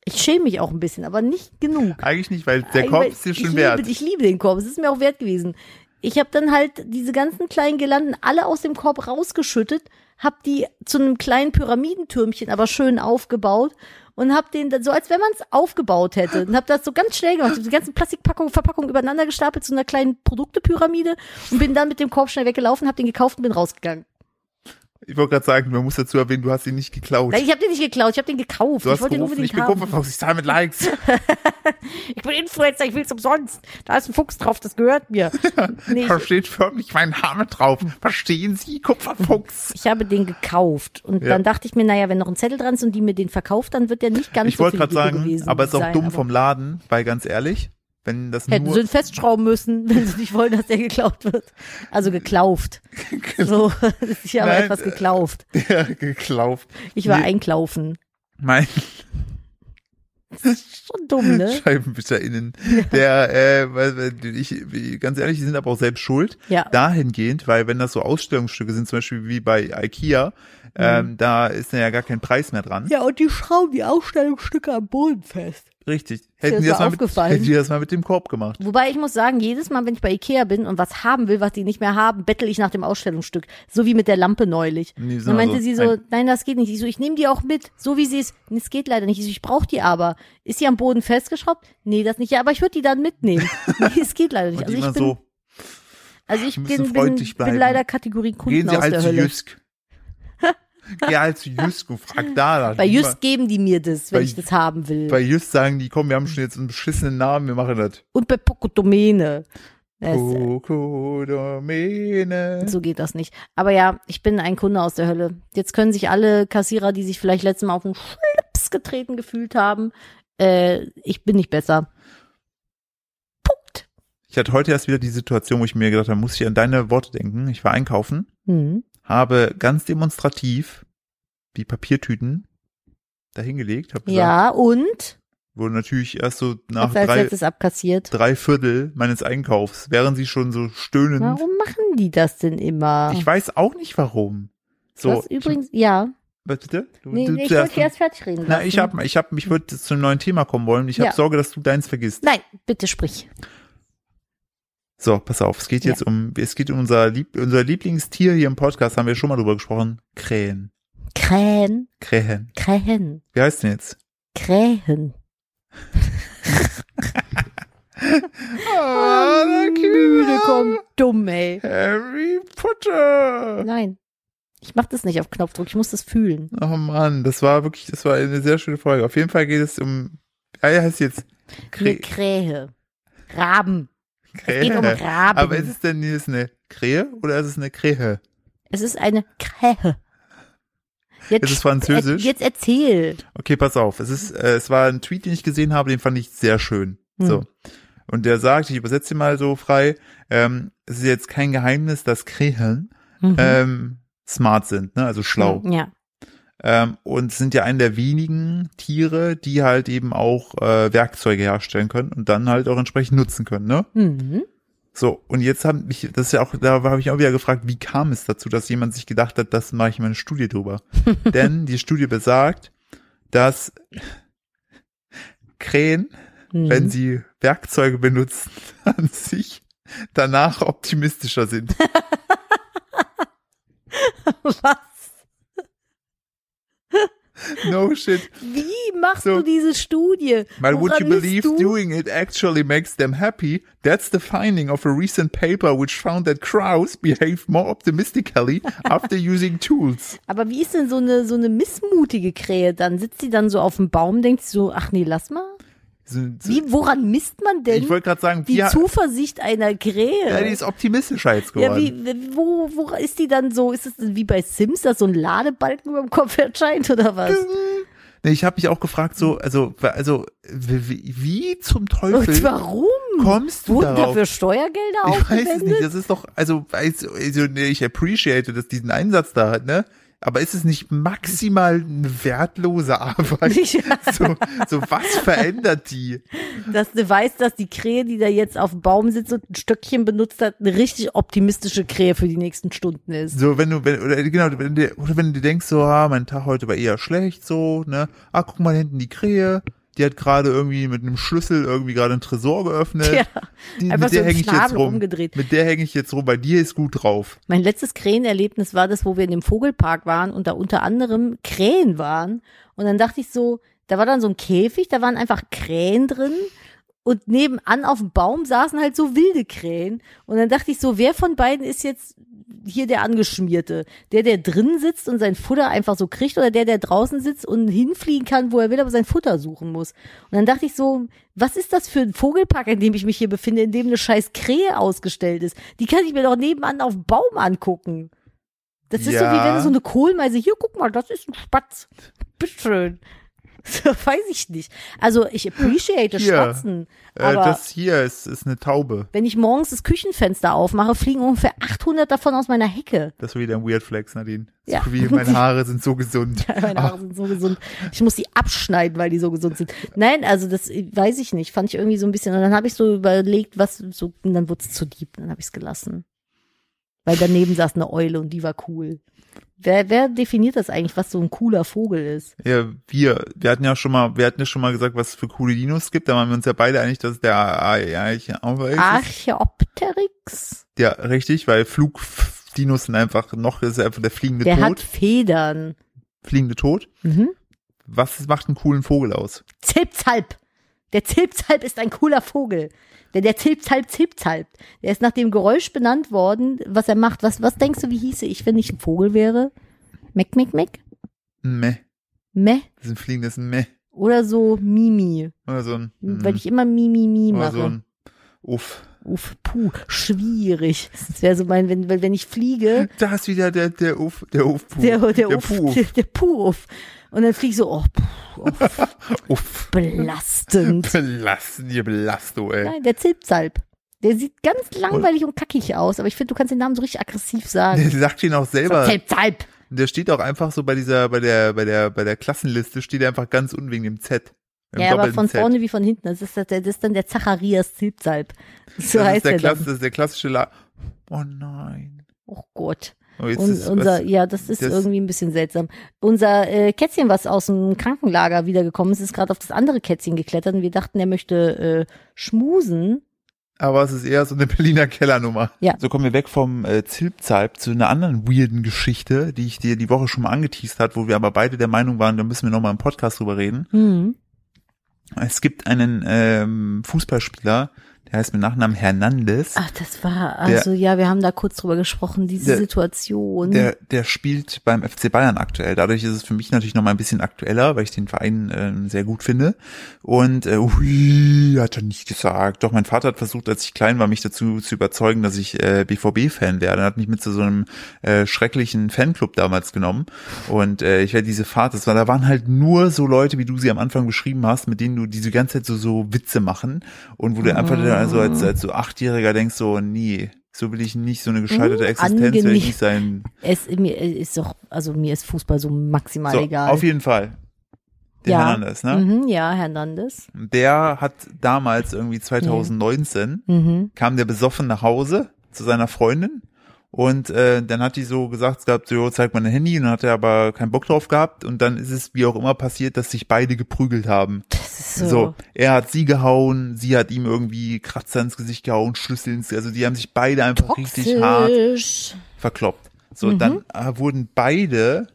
[SPEAKER 2] Ich schäme mich auch ein bisschen, aber nicht genug.
[SPEAKER 1] Eigentlich nicht, weil der
[SPEAKER 2] Ich
[SPEAKER 1] Korb
[SPEAKER 2] mein,
[SPEAKER 1] ist dir
[SPEAKER 2] ich
[SPEAKER 1] schon wert.
[SPEAKER 2] Liebe, ich liebe den Korb, es ist mir auch wert gewesen. Ich habe dann halt diese ganzen kleinen Girlanden alle aus dem Korb rausgeschüttet, habe die zu einem kleinen Pyramidentürmchen aber schön aufgebaut und habe den dann so, als wenn man es aufgebaut hätte. Und habe das so ganz schnell gemacht, hab die ganzen Plastikpackungen, Verpackungen übereinander gestapelt zu einer kleinen Produktepyramide und bin dann mit dem Korb schnell weggelaufen, habe den gekauft und bin rausgegangen.
[SPEAKER 1] Ich wollte gerade sagen, man muss dazu erwähnen, du hast ihn nicht geklaut.
[SPEAKER 2] Nein, ich habe den nicht geklaut, ich habe den gekauft.
[SPEAKER 1] du
[SPEAKER 2] Ich
[SPEAKER 1] hast
[SPEAKER 2] wollte den
[SPEAKER 1] gerufen,
[SPEAKER 2] unbedingt
[SPEAKER 1] ich bin
[SPEAKER 2] haben.
[SPEAKER 1] Kupferfuchs, ich zahle mit Likes.
[SPEAKER 2] Ich bin Influencer, ich will's umsonst. Da ist ein Fuchs drauf, das gehört mir. Nee,
[SPEAKER 1] Da
[SPEAKER 2] ich,
[SPEAKER 1] steht förmlich mein Name drauf. Verstehen Sie, Kupferfuchs?
[SPEAKER 2] ich habe den gekauft. Und
[SPEAKER 1] Ja.
[SPEAKER 2] dann dachte ich mir, naja, wenn noch ein Zettel dran ist und die mir den verkauft, dann wird der nicht ganz
[SPEAKER 1] Ich
[SPEAKER 2] so
[SPEAKER 1] wollte
[SPEAKER 2] viel
[SPEAKER 1] gerade
[SPEAKER 2] Deko
[SPEAKER 1] sagen,
[SPEAKER 2] gewesen
[SPEAKER 1] aber es ist auch
[SPEAKER 2] sein,
[SPEAKER 1] dumm
[SPEAKER 2] aber
[SPEAKER 1] vom Laden, weil ganz ehrlich, wenn das
[SPEAKER 2] Hätten sie
[SPEAKER 1] nur
[SPEAKER 2] ihn festschrauben müssen, wenn sie nicht wollen, dass der geklaut wird. Also geklauft. so, ich habe
[SPEAKER 1] Nein,
[SPEAKER 2] etwas
[SPEAKER 1] äh,
[SPEAKER 2] geklauft.
[SPEAKER 1] der geklauft.
[SPEAKER 2] Ich war
[SPEAKER 1] nee.
[SPEAKER 2] einklaufen.
[SPEAKER 1] Mein
[SPEAKER 2] Schon dumm, ne?
[SPEAKER 1] ScheibenwischerInnen, der, äh, weil- weil ich, wie- ganz ehrlich, die sind aber auch selbst schuld.
[SPEAKER 2] Ja.
[SPEAKER 1] Dahingehend, weil wenn das so Ausstellungsstücke sind, zum Beispiel wie bei IKEA, ähm, da ist dann ja gar kein Preis mehr dran.
[SPEAKER 2] Mhm. Ja, und die schrauben die Ausstellungsstücke am Boden fest.
[SPEAKER 1] Richtig. Hätten die,
[SPEAKER 2] das
[SPEAKER 1] das
[SPEAKER 2] mal
[SPEAKER 1] mal mit,
[SPEAKER 2] aufgefallen?
[SPEAKER 1] hätten die das mal mit dem Korb gemacht.
[SPEAKER 2] Wobei ich muss sagen, jedes Mal, wenn ich bei Ikea bin und was haben will, was die nicht mehr haben, bettel ich nach dem Ausstellungsstück. So wie mit der Lampe neulich.
[SPEAKER 1] Nee,
[SPEAKER 2] dann
[SPEAKER 1] sondern
[SPEAKER 2] meinte
[SPEAKER 1] so, also
[SPEAKER 2] sie so, nein, das geht nicht. Ich so, ich nehme die auch mit, so wie sie ist. Nee, Es geht leider nicht. Ich, so, ich brauche die aber. Ist sie am Boden festgeschraubt? Nee, das nicht. Ja, aber ich würde die dann mitnehmen. nee, es geht leider nicht.
[SPEAKER 1] Und
[SPEAKER 2] Also
[SPEAKER 1] immer
[SPEAKER 2] ich bin,
[SPEAKER 1] so,
[SPEAKER 2] also ich
[SPEAKER 1] wir
[SPEAKER 2] bin,
[SPEAKER 1] müssen
[SPEAKER 2] bin,
[SPEAKER 1] freundlich
[SPEAKER 2] bin
[SPEAKER 1] bleiben.
[SPEAKER 2] leider Kategorie Kunden
[SPEAKER 1] gehen Sie
[SPEAKER 2] aus
[SPEAKER 1] halt
[SPEAKER 2] der
[SPEAKER 1] zu
[SPEAKER 2] Hölle.
[SPEAKER 1] Jysk. Geh halt zu Jysk und frag da. dann.
[SPEAKER 2] Bei
[SPEAKER 1] Immer-
[SPEAKER 2] Just geben die mir das, wenn
[SPEAKER 1] Bei-
[SPEAKER 2] ich das haben will.
[SPEAKER 1] Bei Jysk sagen die, komm, wir haben schon jetzt einen beschissenen Namen, wir machen das.
[SPEAKER 2] und bei Pocodomene. Das-
[SPEAKER 1] Kokodomene.
[SPEAKER 2] So geht das nicht. Aber ja, ich bin ein Kunde aus der Hölle. Jetzt können sich alle Kassierer, die sich vielleicht letztes Mal auf den Schlips getreten gefühlt haben, äh, ich bin nicht besser. Punkt.
[SPEAKER 1] Ich hatte heute erst wieder die Situation, wo ich mir gedacht habe, muss ich an deine Worte denken. Ich war einkaufen, Mhm.
[SPEAKER 2] Hm.
[SPEAKER 1] habe ganz demonstrativ die Papiertüten dahingelegt, habe gesagt,
[SPEAKER 2] Ja, und?
[SPEAKER 1] wurde natürlich erst so nach
[SPEAKER 2] Hat's als
[SPEAKER 1] drei,
[SPEAKER 2] letztes abkassiert.
[SPEAKER 1] drei Viertel meines Einkaufs, während sie schon so stöhnend.
[SPEAKER 2] Warum machen die das denn immer?
[SPEAKER 1] Ich weiß auch nicht warum. So,
[SPEAKER 2] Was übrigens, ja.
[SPEAKER 1] Ich, was bitte? Du,
[SPEAKER 2] Nee,
[SPEAKER 1] du
[SPEAKER 2] nee, ich
[SPEAKER 1] zuerst.
[SPEAKER 2] wollte erst fertig reden.
[SPEAKER 1] Na,
[SPEAKER 2] lassen.
[SPEAKER 1] ich hab, ich hab, ich würde zu einem neuen Thema kommen wollen. Ich habe
[SPEAKER 2] Ja.
[SPEAKER 1] Sorge, dass du deins vergisst.
[SPEAKER 2] Nein, bitte sprich.
[SPEAKER 1] So, pass auf. Es geht jetzt um, es geht um unser, Lieb, unser Lieblingstier hier im Podcast. Haben wir schon mal drüber gesprochen. Krähen.
[SPEAKER 2] Krähen,
[SPEAKER 1] Krähen.
[SPEAKER 2] Krähen,
[SPEAKER 1] Wie heißt denn jetzt?
[SPEAKER 2] Krähen.
[SPEAKER 1] Ah, der
[SPEAKER 2] müde
[SPEAKER 1] Kühne.
[SPEAKER 2] kommt dumm, ey.
[SPEAKER 1] Harry Potter.
[SPEAKER 2] Nein. Ich mache das nicht auf Knopfdruck, ich muss das fühlen.
[SPEAKER 1] Oh Mann, das war wirklich, das war eine sehr schöne Folge. Auf jeden Fall geht es um, ja, ja, heißt jetzt Krä
[SPEAKER 2] Eine Krähe. Raben.
[SPEAKER 1] Krähe.
[SPEAKER 2] Es geht um Raben.
[SPEAKER 1] Aber ist es denn jetzt eine Krähe oder ist es eine Krähe?
[SPEAKER 2] Es ist eine Krähe. Jetzt,
[SPEAKER 1] Ist es französisch?
[SPEAKER 2] Jetzt erzähl.
[SPEAKER 1] Okay, pass auf. Es ist, äh, es war ein Tweet, den ich gesehen habe, den fand ich sehr schön.
[SPEAKER 2] Hm.
[SPEAKER 1] So. Und der sagt, ich übersetze ihn mal so frei, ähm, es ist jetzt kein Geheimnis, dass Krähen
[SPEAKER 2] Mhm.
[SPEAKER 1] ähm, smart sind, ne? also schlau.
[SPEAKER 2] Ja.
[SPEAKER 1] Ähm, und sind ja einen der wenigen Tiere, die halt eben auch äh, Werkzeuge herstellen können und dann halt auch entsprechend nutzen können, ne?
[SPEAKER 2] Mhm.
[SPEAKER 1] So, und jetzt haben mich, das ist ja auch, da habe ich auch wieder gefragt, wie kam es dazu, dass jemand sich gedacht hat, das mache ich mal eine Studie drüber. Denn die Studie besagt, dass Krähen,
[SPEAKER 2] Mhm.
[SPEAKER 1] wenn sie Werkzeuge benutzen an sich, danach optimistischer sind.
[SPEAKER 2] Was?
[SPEAKER 1] No shit.
[SPEAKER 2] Wie machst
[SPEAKER 1] So.
[SPEAKER 2] du diese Studie?
[SPEAKER 1] But would
[SPEAKER 2] Woran
[SPEAKER 1] you
[SPEAKER 2] misst
[SPEAKER 1] believe
[SPEAKER 2] du?
[SPEAKER 1] doing it actually makes them happy? That's the finding of a recent paper which found that crows behave more optimistically after using tools.
[SPEAKER 2] Aber wie ist denn so eine, so eine missmutige Krähe dann? Sitzt sie dann so auf dem Baum, denkt sie so, ach nee, lass mal.
[SPEAKER 1] So- so-
[SPEAKER 2] Wie, woran misst man denn
[SPEAKER 1] Ich wollte gerade sagen,
[SPEAKER 2] die
[SPEAKER 1] wie,
[SPEAKER 2] Zuversicht einer Krähe?
[SPEAKER 1] Ja, die ist optimistischer jetzt
[SPEAKER 2] Ja,
[SPEAKER 1] geworden.
[SPEAKER 2] wie, wie- wo, wo ist die dann so? Ist es denn wie bei Sims, dass so ein Ladebalken über dem Kopf erscheint oder was?
[SPEAKER 1] nee, ich habe mich auch gefragt, so, also, also, wie, wie- wie zum Teufel
[SPEAKER 2] Und warum?
[SPEAKER 1] kommst du
[SPEAKER 2] Wurden
[SPEAKER 1] darauf?
[SPEAKER 2] dafür Steuergelder
[SPEAKER 1] Ich weiß es
[SPEAKER 2] aufgewendet?
[SPEAKER 1] nicht, das ist doch, also, also, also nee, ich appreciate, dass diesen Einsatz da hat, ne? Aber ist es nicht maximal eine wertlose Arbeit?
[SPEAKER 2] Ja.
[SPEAKER 1] So, so was verändert die?
[SPEAKER 2] Das Device, dass die Krähe, die da jetzt auf dem Baum sitzt und ein Stöckchen benutzt hat, eine richtig optimistische Krähe für die nächsten Stunden ist.
[SPEAKER 1] So, wenn du, wenn, oder genau, wenn du, oder wenn du denkst, so, ah, mein Tag heute war eher schlecht, so, ne? Ah, guck mal hinten die Krähe, die hat gerade irgendwie mit einem Schlüssel irgendwie gerade einen Tresor geöffnet.
[SPEAKER 2] Ja,
[SPEAKER 1] die, mit
[SPEAKER 2] einfach so
[SPEAKER 1] der
[SPEAKER 2] im
[SPEAKER 1] hänge ich jetzt
[SPEAKER 2] Schnabel
[SPEAKER 1] rum.
[SPEAKER 2] rumgedreht.
[SPEAKER 1] Mit der hänge ich jetzt rum, bei dir ist gut drauf.
[SPEAKER 2] Mein letztes Krähenerlebnis war das, wo wir in dem Vogelpark waren und da unter anderem Krähen waren. Und dann dachte ich so, da war dann so ein Käfig, da waren einfach Krähen drin. Und nebenan auf dem Baum saßen halt so wilde Krähen. Und dann dachte ich so, wer von beiden ist jetzt hier der Angeschmierte? Der, der drin sitzt und sein Futter einfach so kriegt oder der, der draußen sitzt und hinfliegen kann, wo er will, aber sein Futter suchen muss? Und dann dachte ich so, was ist das für ein Vogelpark, in dem ich mich hier befinde, in dem eine scheiß Krähe ausgestellt ist? Die kann ich mir doch nebenan auf dem Baum angucken. Das ist so wie
[SPEAKER 1] Ja.
[SPEAKER 2] wenn du so eine Kohlmeise, hier guck mal, das ist ein Spatz. Bitteschön. So, weiß ich nicht. Also ich appreciate
[SPEAKER 1] Hier,
[SPEAKER 2] Spatzen,
[SPEAKER 1] Äh,
[SPEAKER 2] aber
[SPEAKER 1] das hier ist, ist eine Taube.
[SPEAKER 2] wenn ich morgens das Küchenfenster aufmache, fliegen ungefähr 800 davon aus meiner Hecke.
[SPEAKER 1] Das war wieder ein Weird Flex, Nadine.
[SPEAKER 2] Ja.
[SPEAKER 1] So wie meine Haare sind so gesund.
[SPEAKER 2] Meine Haare sind so gesund. Ich muss die abschneiden, weil die so gesund sind. Nein, also das äh, weiß ich nicht. Fand ich irgendwie so ein bisschen. Und dann habe ich so überlegt, was so, und dann wurde es zu deep. Dann habe ich es gelassen. Weil daneben saß eine Eule und die war cool. Wer, wer definiert das eigentlich, was so ein cooler Vogel ist?
[SPEAKER 1] Ja, wir, wir hatten ja schon mal, wir hatten ja schon mal gesagt, was es für coole Dinos gibt. Da waren wir uns ja beide einig, dass der Archeopteryx ist.
[SPEAKER 2] Archaeopteryx?
[SPEAKER 1] Ja, richtig, weil Flugdinos sind einfach noch, das ist einfach der fliegende
[SPEAKER 2] Der hat
[SPEAKER 1] Tod.
[SPEAKER 2] Federn.
[SPEAKER 1] Fliegende Tod.
[SPEAKER 2] Mhm.
[SPEAKER 1] Was macht einen coolen Vogel aus?
[SPEAKER 2] Zilpzalp. Der Zilpzalp ist ein cooler Vogel. Denn der Zilpzalp zilpzalpt. Der ist nach dem Geräusch benannt worden, was er macht. Was, was denkst du, wie hieße ich, wenn ich ein Vogel wäre? Meck, meck, meck?
[SPEAKER 1] Ein Meh.
[SPEAKER 2] Meh?
[SPEAKER 1] Das ist ein fliegendes Meh.
[SPEAKER 2] Oder so Mimi.
[SPEAKER 1] Oder so ein. mm,
[SPEAKER 2] Weil Hm, ich immer Mimi, Mimi
[SPEAKER 1] Mhm. oder so
[SPEAKER 2] mache.
[SPEAKER 1] ein Uff.
[SPEAKER 2] Uff, puh, schwierig. Das wäre so mein, wenn, wenn wenn ich fliege,
[SPEAKER 1] Da ist wieder der, der Uff, der Uff.
[SPEAKER 2] der, der, Uff,
[SPEAKER 1] Puff.
[SPEAKER 2] der, der Puh, Uff. Und dann fliege ich so, oh, puh, uff,
[SPEAKER 1] Uff.
[SPEAKER 2] belastend.
[SPEAKER 1] Belasten, ihr Belasto, ey.
[SPEAKER 2] Nein, der Zilpzalp. Der sieht ganz langweilig und kackig aus, aber ich finde, du kannst den Namen so richtig aggressiv sagen.
[SPEAKER 1] Der sagt ihn auch selber.
[SPEAKER 2] Zilpzalp.
[SPEAKER 1] Der steht auch einfach so bei dieser, bei der, bei der, bei der Klassenliste steht er einfach ganz unten wegen dem Z. Im
[SPEAKER 2] Ja, aber
[SPEAKER 1] doppelten
[SPEAKER 2] von
[SPEAKER 1] Z.
[SPEAKER 2] vorne wie von hinten. Das ist, das ist dann der Zacharias Zilpzalp. So
[SPEAKER 1] das, ist
[SPEAKER 2] heißt
[SPEAKER 1] der
[SPEAKER 2] er
[SPEAKER 1] Klasse,
[SPEAKER 2] dann.
[SPEAKER 1] das ist der klassische La Oh nein.
[SPEAKER 2] Oh Gott.
[SPEAKER 1] Oh, jetzt
[SPEAKER 2] Und
[SPEAKER 1] ist was-
[SPEAKER 2] unser, ja, das ist
[SPEAKER 1] das-
[SPEAKER 2] irgendwie ein bisschen seltsam. Unser äh, Kätzchen, was aus dem Krankenlager wiedergekommen ist, ist gerade auf das andere Kätzchen geklettert und wir dachten, er möchte äh, schmusen.
[SPEAKER 1] Aber es ist eher so eine Berliner Kellernummer.
[SPEAKER 2] Ja.
[SPEAKER 1] So kommen wir weg vom äh, Zilpzalp zu einer anderen weirden Geschichte, die ich dir die Woche schon mal angeteased hat, wo wir aber beide der Meinung waren, da müssen wir nochmal im Podcast drüber reden.
[SPEAKER 2] Hm.
[SPEAKER 1] Es gibt einen ähm, Fußballspieler, der heißt mit Nachnamen Hernandez.
[SPEAKER 2] Ach, das war, also ja, wir haben da kurz drüber gesprochen, diese
[SPEAKER 1] Der-
[SPEAKER 2] Situation.
[SPEAKER 1] Der, der spielt beim FC Bayern aktuell. Dadurch ist es für mich natürlich noch mal ein bisschen aktueller, weil ich den Verein ähm, sehr gut finde. Und äh, hui, hat er nicht gesagt. Doch mein Vater hat versucht, als ich klein war, mich dazu zu überzeugen, dass ich äh, BVB-Fan werde. Er hat mich mit zu so einem äh, schrecklichen Fanclub damals genommen. Und äh, ich werde diese Fahrt, das war, da waren halt nur so Leute, wie du sie am Anfang beschrieben hast, mit denen du diese ganze Zeit so, so Witze machen und wo du einfach dann also als, als so Achtjähriger denkst so, nee. So will ich nicht so eine gescheiterte
[SPEAKER 2] Mm,
[SPEAKER 1] Existenz, will ich
[SPEAKER 2] angenehm.
[SPEAKER 1] nicht sein.
[SPEAKER 2] es, mir ist doch, also mir ist Fußball so maximal
[SPEAKER 1] So,
[SPEAKER 2] egal.
[SPEAKER 1] auf jeden Fall. Der
[SPEAKER 2] ja.
[SPEAKER 1] Hernandez, ne?
[SPEAKER 2] Mhm, ja, Hernandez.
[SPEAKER 1] Der hat damals irgendwie 2019
[SPEAKER 2] Mhm.
[SPEAKER 1] kam der besoffen nach Hause zu seiner Freundin und äh, dann hat die so gesagt, es gab so, "Jo, zeig mal dein Handy und dann hat er aber keinen Bock drauf gehabt und dann ist es wie auch immer passiert, dass sich beide geprügelt haben.
[SPEAKER 2] Das ist
[SPEAKER 1] So.
[SPEAKER 2] so.
[SPEAKER 1] er hat sie gehauen, sie hat ihm irgendwie Kratzer ins Gesicht gehauen, Schlüssel ins, also die haben sich beide einfach richtig hart
[SPEAKER 2] toxisch.
[SPEAKER 1] verkloppt. So,
[SPEAKER 2] Mhm.
[SPEAKER 1] dann äh, wurden beide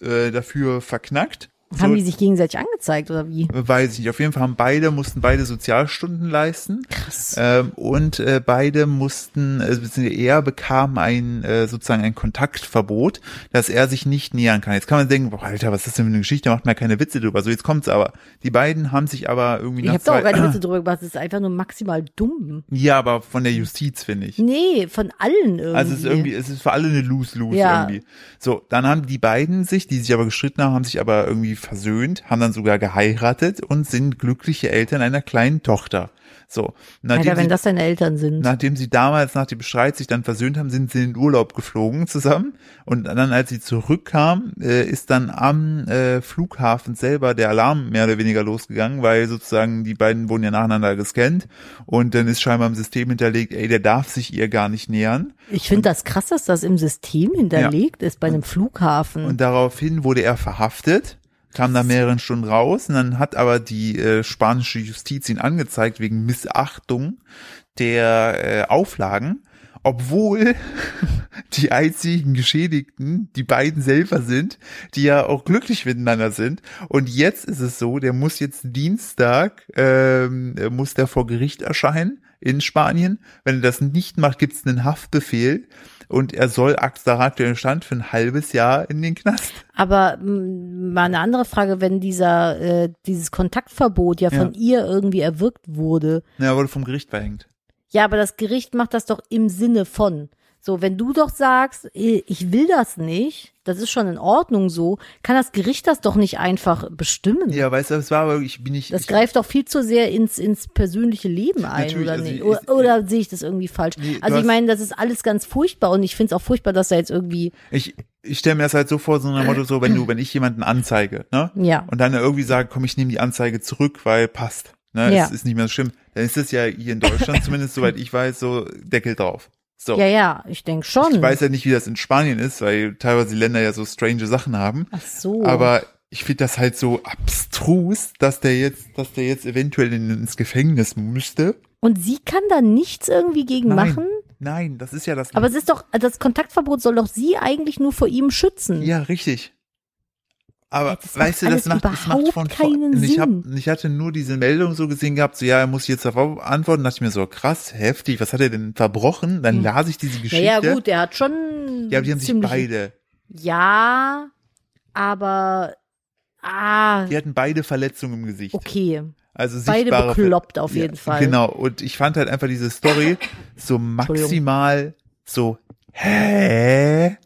[SPEAKER 1] äh, dafür verknackt.
[SPEAKER 2] Haben
[SPEAKER 1] so,
[SPEAKER 2] die sich gegenseitig angezeigt oder wie?
[SPEAKER 1] Weiß ich nicht. Auf jeden Fall haben beide, mussten beide Sozialstunden leisten.
[SPEAKER 2] Krass.
[SPEAKER 1] Ähm, und äh, beide mussten, äh, beziehungsweise er bekam ein, äh, sozusagen ein Kontaktverbot, dass er sich nicht nähern kann. Jetzt kann man denken, boah, Alter, was ist das denn für eine Geschichte? Da macht man ja keine Witze drüber. So, jetzt kommt's aber. Die beiden haben sich aber irgendwie
[SPEAKER 2] Ich
[SPEAKER 1] nach
[SPEAKER 2] habe da auch
[SPEAKER 1] zwei,
[SPEAKER 2] keine Witze drüber gemacht, das ist einfach nur maximal dumm.
[SPEAKER 1] ja, aber von der Justiz, finde ich.
[SPEAKER 2] Nee, von allen irgendwie.
[SPEAKER 1] Also es ist irgendwie, es ist für alle eine Lose-Lose
[SPEAKER 2] Mhm. Ja.
[SPEAKER 1] irgendwie. So, dann haben die beiden sich, die sich aber gestritten haben, haben sich aber irgendwie versöhnt, haben dann sogar geheiratet und sind glückliche Eltern einer kleinen Tochter. So, nachdem,
[SPEAKER 2] Alter,
[SPEAKER 1] sie,
[SPEAKER 2] wenn das deine Eltern sind.
[SPEAKER 1] nachdem sie damals nach dem Streit sich dann versöhnt haben, sind sie in den Urlaub geflogen zusammen. Und dann, als sie zurückkam, äh, ist dann am äh, Flughafen selber der Alarm mehr oder weniger losgegangen, weil sozusagen die beiden wurden ja nacheinander gescannt und dann ist scheinbar im System hinterlegt, ey, der darf sich ihr gar nicht nähern.
[SPEAKER 2] ich finde das krass, dass das im System hinterlegt ist bei einem Flughafen.
[SPEAKER 1] Und daraufhin wurde er verhaftet, kam nach mehreren Stunden raus und dann hat aber die äh, spanische Justiz ihn angezeigt wegen Missachtung der äh, Auflagen, obwohl die einzigen Geschädigten die beiden selber sind, die ja auch glücklich miteinander sind. Und jetzt ist es so, der muss jetzt Dienstag, ähm, muss der vor Gericht erscheinen in Spanien. Wenn er das nicht macht, gibt es einen Haftbefehl. Und er soll Axel aktuellen Stand für ein halbes Jahr in den Knast.
[SPEAKER 2] Aber m, mal eine andere Frage, wenn dieser äh, dieses Kontaktverbot ja von ihr irgendwie erwirkt wurde.
[SPEAKER 1] Na, er wurde vom Gericht verhängt.
[SPEAKER 2] Ja, aber das Gericht macht das doch im Sinne von. So, wenn du doch sagst, eh, ich will das nicht, das ist schon in Ordnung so, kann das Gericht das doch nicht einfach bestimmen.
[SPEAKER 1] Ja, weißt du, es war aber, ich bin nicht.
[SPEAKER 2] Das
[SPEAKER 1] ich,
[SPEAKER 2] greift doch viel zu sehr ins, ins persönliche Leben ein,
[SPEAKER 1] Natürlich,
[SPEAKER 2] oder
[SPEAKER 1] also
[SPEAKER 2] nicht?
[SPEAKER 1] ich-
[SPEAKER 2] Oder, oder sehe ich das irgendwie falsch?
[SPEAKER 1] Nee, du
[SPEAKER 2] also ich
[SPEAKER 1] hast-
[SPEAKER 2] meine, das ist alles ganz furchtbar und ich finde es auch furchtbar, dass da jetzt irgendwie,
[SPEAKER 1] Ich, ich stelle mir das halt so vor, so nach dem Motto, so, wenn du, wenn ich jemanden anzeige, ne?
[SPEAKER 2] Ja.
[SPEAKER 1] Und dann irgendwie sage, komm, ich nehme die Anzeige zurück, weil passt. Ne?
[SPEAKER 2] Ja.
[SPEAKER 1] Es ist nicht mehr so schlimm. Dann ist es ja hier in Deutschland, zumindest soweit ich weiß, so Deckel drauf. So.
[SPEAKER 2] ja, ja, ich denke schon.
[SPEAKER 1] Ich weiß ja nicht, wie das in Spanien ist, weil teilweise die Länder ja so strange Sachen haben.
[SPEAKER 2] Ach so.
[SPEAKER 1] Aber ich finde das halt so abstrus, dass der jetzt, dass der jetzt eventuell in, ins Gefängnis müsste.
[SPEAKER 2] und sie kann da nichts irgendwie gegen
[SPEAKER 1] Nein.
[SPEAKER 2] machen?
[SPEAKER 1] Nein, das ist ja das.
[SPEAKER 2] Aber es ist doch, das Kontaktverbot soll doch sie eigentlich nur vor ihm schützen.
[SPEAKER 1] Ja, richtig. Aber
[SPEAKER 2] Das macht
[SPEAKER 1] weißt du, das
[SPEAKER 2] alles
[SPEAKER 1] macht, das macht
[SPEAKER 2] überhaupt
[SPEAKER 1] von
[SPEAKER 2] keinen
[SPEAKER 1] von- Ich, hab,
[SPEAKER 2] Sinn.
[SPEAKER 1] ich hatte nur diese Meldung so gesehen gehabt, so ja, er muss jetzt darauf antworten. Dachte ich mir so krass, heftig. Was hat er denn verbrochen? Dann las ich diese Geschichte.
[SPEAKER 2] Naja, Hm. gut, er hat schon.
[SPEAKER 1] Ja, aber die haben sich
[SPEAKER 2] ziemlich-
[SPEAKER 1] beide.
[SPEAKER 2] Ja, aber. Ah,
[SPEAKER 1] Die hatten beide Verletzungen im Gesicht.
[SPEAKER 2] okay.
[SPEAKER 1] Also
[SPEAKER 2] Beide
[SPEAKER 1] sichtbare Ver-
[SPEAKER 2] bekloppt auf jeden Fall.
[SPEAKER 1] Genau. Und ich fand halt einfach diese Story so maximal so hä.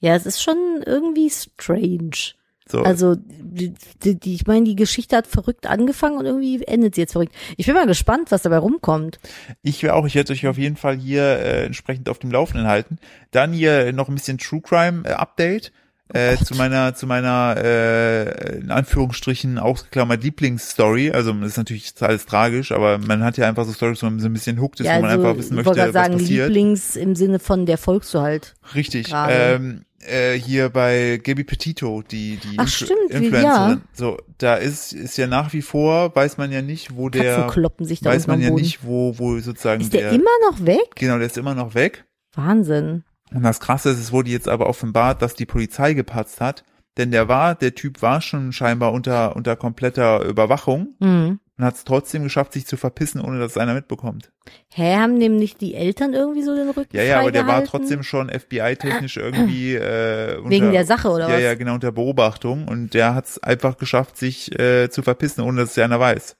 [SPEAKER 2] Ja, es ist schon irgendwie strange.
[SPEAKER 1] So.
[SPEAKER 2] Also, die, die, die- ich meine, die Geschichte hat verrückt angefangen und irgendwie endet sie jetzt verrückt. Ich bin mal gespannt, was dabei rumkommt.
[SPEAKER 1] Ich wäre auch, ich werde euch auf jeden Fall hier äh, entsprechend auf dem Laufenden halten. Dann hier noch ein bisschen True Crime äh, Update.
[SPEAKER 2] Oh
[SPEAKER 1] Äh, zu meiner, zu meiner äh, in Anführungsstrichen ausgeklammert Lieblingsstory. Also das ist natürlich alles tragisch, aber man hat ja einfach so Stories, wo man so ein bisschen hooked ist,
[SPEAKER 2] ja,
[SPEAKER 1] wo man einfach
[SPEAKER 2] also,
[SPEAKER 1] wissen
[SPEAKER 2] ich
[SPEAKER 1] möchte,
[SPEAKER 2] wollte gerade
[SPEAKER 1] was
[SPEAKER 2] sagen,
[SPEAKER 1] passiert.
[SPEAKER 2] Lieblings im Sinne von der folgst du halt.
[SPEAKER 1] Richtig.
[SPEAKER 2] Gerade.
[SPEAKER 1] Ähm, äh, hier bei Gabby Petito, die, die
[SPEAKER 2] Ach,
[SPEAKER 1] Influ-
[SPEAKER 2] stimmt, wie-
[SPEAKER 1] Influencerin.
[SPEAKER 2] ja.
[SPEAKER 1] So, da ist, ist ja nach wie vor, weiß man ja nicht, wo
[SPEAKER 2] Katzen
[SPEAKER 1] der
[SPEAKER 2] kloppen sich da
[SPEAKER 1] weiß
[SPEAKER 2] unten am
[SPEAKER 1] man ja
[SPEAKER 2] Boden.
[SPEAKER 1] nicht, wo, wo sozusagen
[SPEAKER 2] ist der, immer noch weg?
[SPEAKER 1] genau, der ist immer noch weg.
[SPEAKER 2] Wahnsinn.
[SPEAKER 1] Und das Krasse ist, es wurde jetzt aber offenbart, dass die Polizei gepatzt hat, denn der war, der Typ war schon scheinbar unter, unter kompletter Überwachung
[SPEAKER 2] Mhm.
[SPEAKER 1] und hat es trotzdem geschafft, sich zu verpissen, ohne dass es einer mitbekommt.
[SPEAKER 2] Hä, haben nämlich die Eltern irgendwie so den Rücken
[SPEAKER 1] Ja, ja, aber der war
[SPEAKER 2] freigehalten?
[SPEAKER 1] trotzdem schon FBI-technisch irgendwie äh, unter,
[SPEAKER 2] Wegen der Sache, oder
[SPEAKER 1] ja,
[SPEAKER 2] was?
[SPEAKER 1] ja, genau, unter Beobachtung und der hat es einfach geschafft, sich äh, zu verpissen, ohne dass es einer weiß.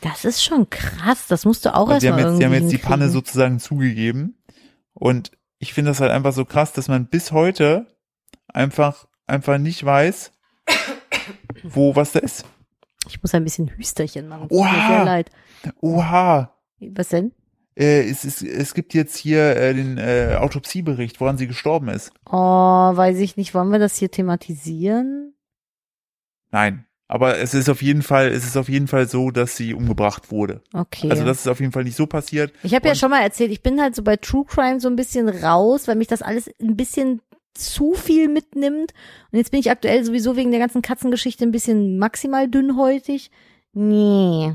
[SPEAKER 2] Das ist schon krass. Das musst du auch
[SPEAKER 1] Also die haben
[SPEAKER 2] erstmal
[SPEAKER 1] jetzt,
[SPEAKER 2] irgendwie
[SPEAKER 1] die haben jetzt die Panne
[SPEAKER 2] hinkriegen.
[SPEAKER 1] sozusagen zugegeben. Und ich finde das halt einfach so krass, dass man bis heute einfach, einfach nicht weiß, wo was da ist.
[SPEAKER 2] Ich muss ein bisschen Hüsterchen machen. Tut
[SPEAKER 1] Oha.
[SPEAKER 2] mir sehr leid.
[SPEAKER 1] Oha,
[SPEAKER 2] Was denn?
[SPEAKER 1] äh, es, es, es gibt jetzt hier äh, den äh, Autopsiebericht, woran sie gestorben ist.
[SPEAKER 2] Oh, weiß ich nicht. Wollen wir das hier thematisieren?
[SPEAKER 1] Nein. Aber es ist auf jeden Fall, es ist auf jeden Fall so, dass sie umgebracht wurde.
[SPEAKER 2] Okay.
[SPEAKER 1] Also das ist auf jeden Fall nicht so passiert.
[SPEAKER 2] ich habe ja
[SPEAKER 1] und-
[SPEAKER 2] schon mal erzählt, ich bin halt so bei True Crime so ein bisschen raus, weil mich das alles ein bisschen zu viel mitnimmt. Und jetzt bin ich aktuell sowieso wegen der ganzen Katzengeschichte ein bisschen maximal dünnhäutig. Nee.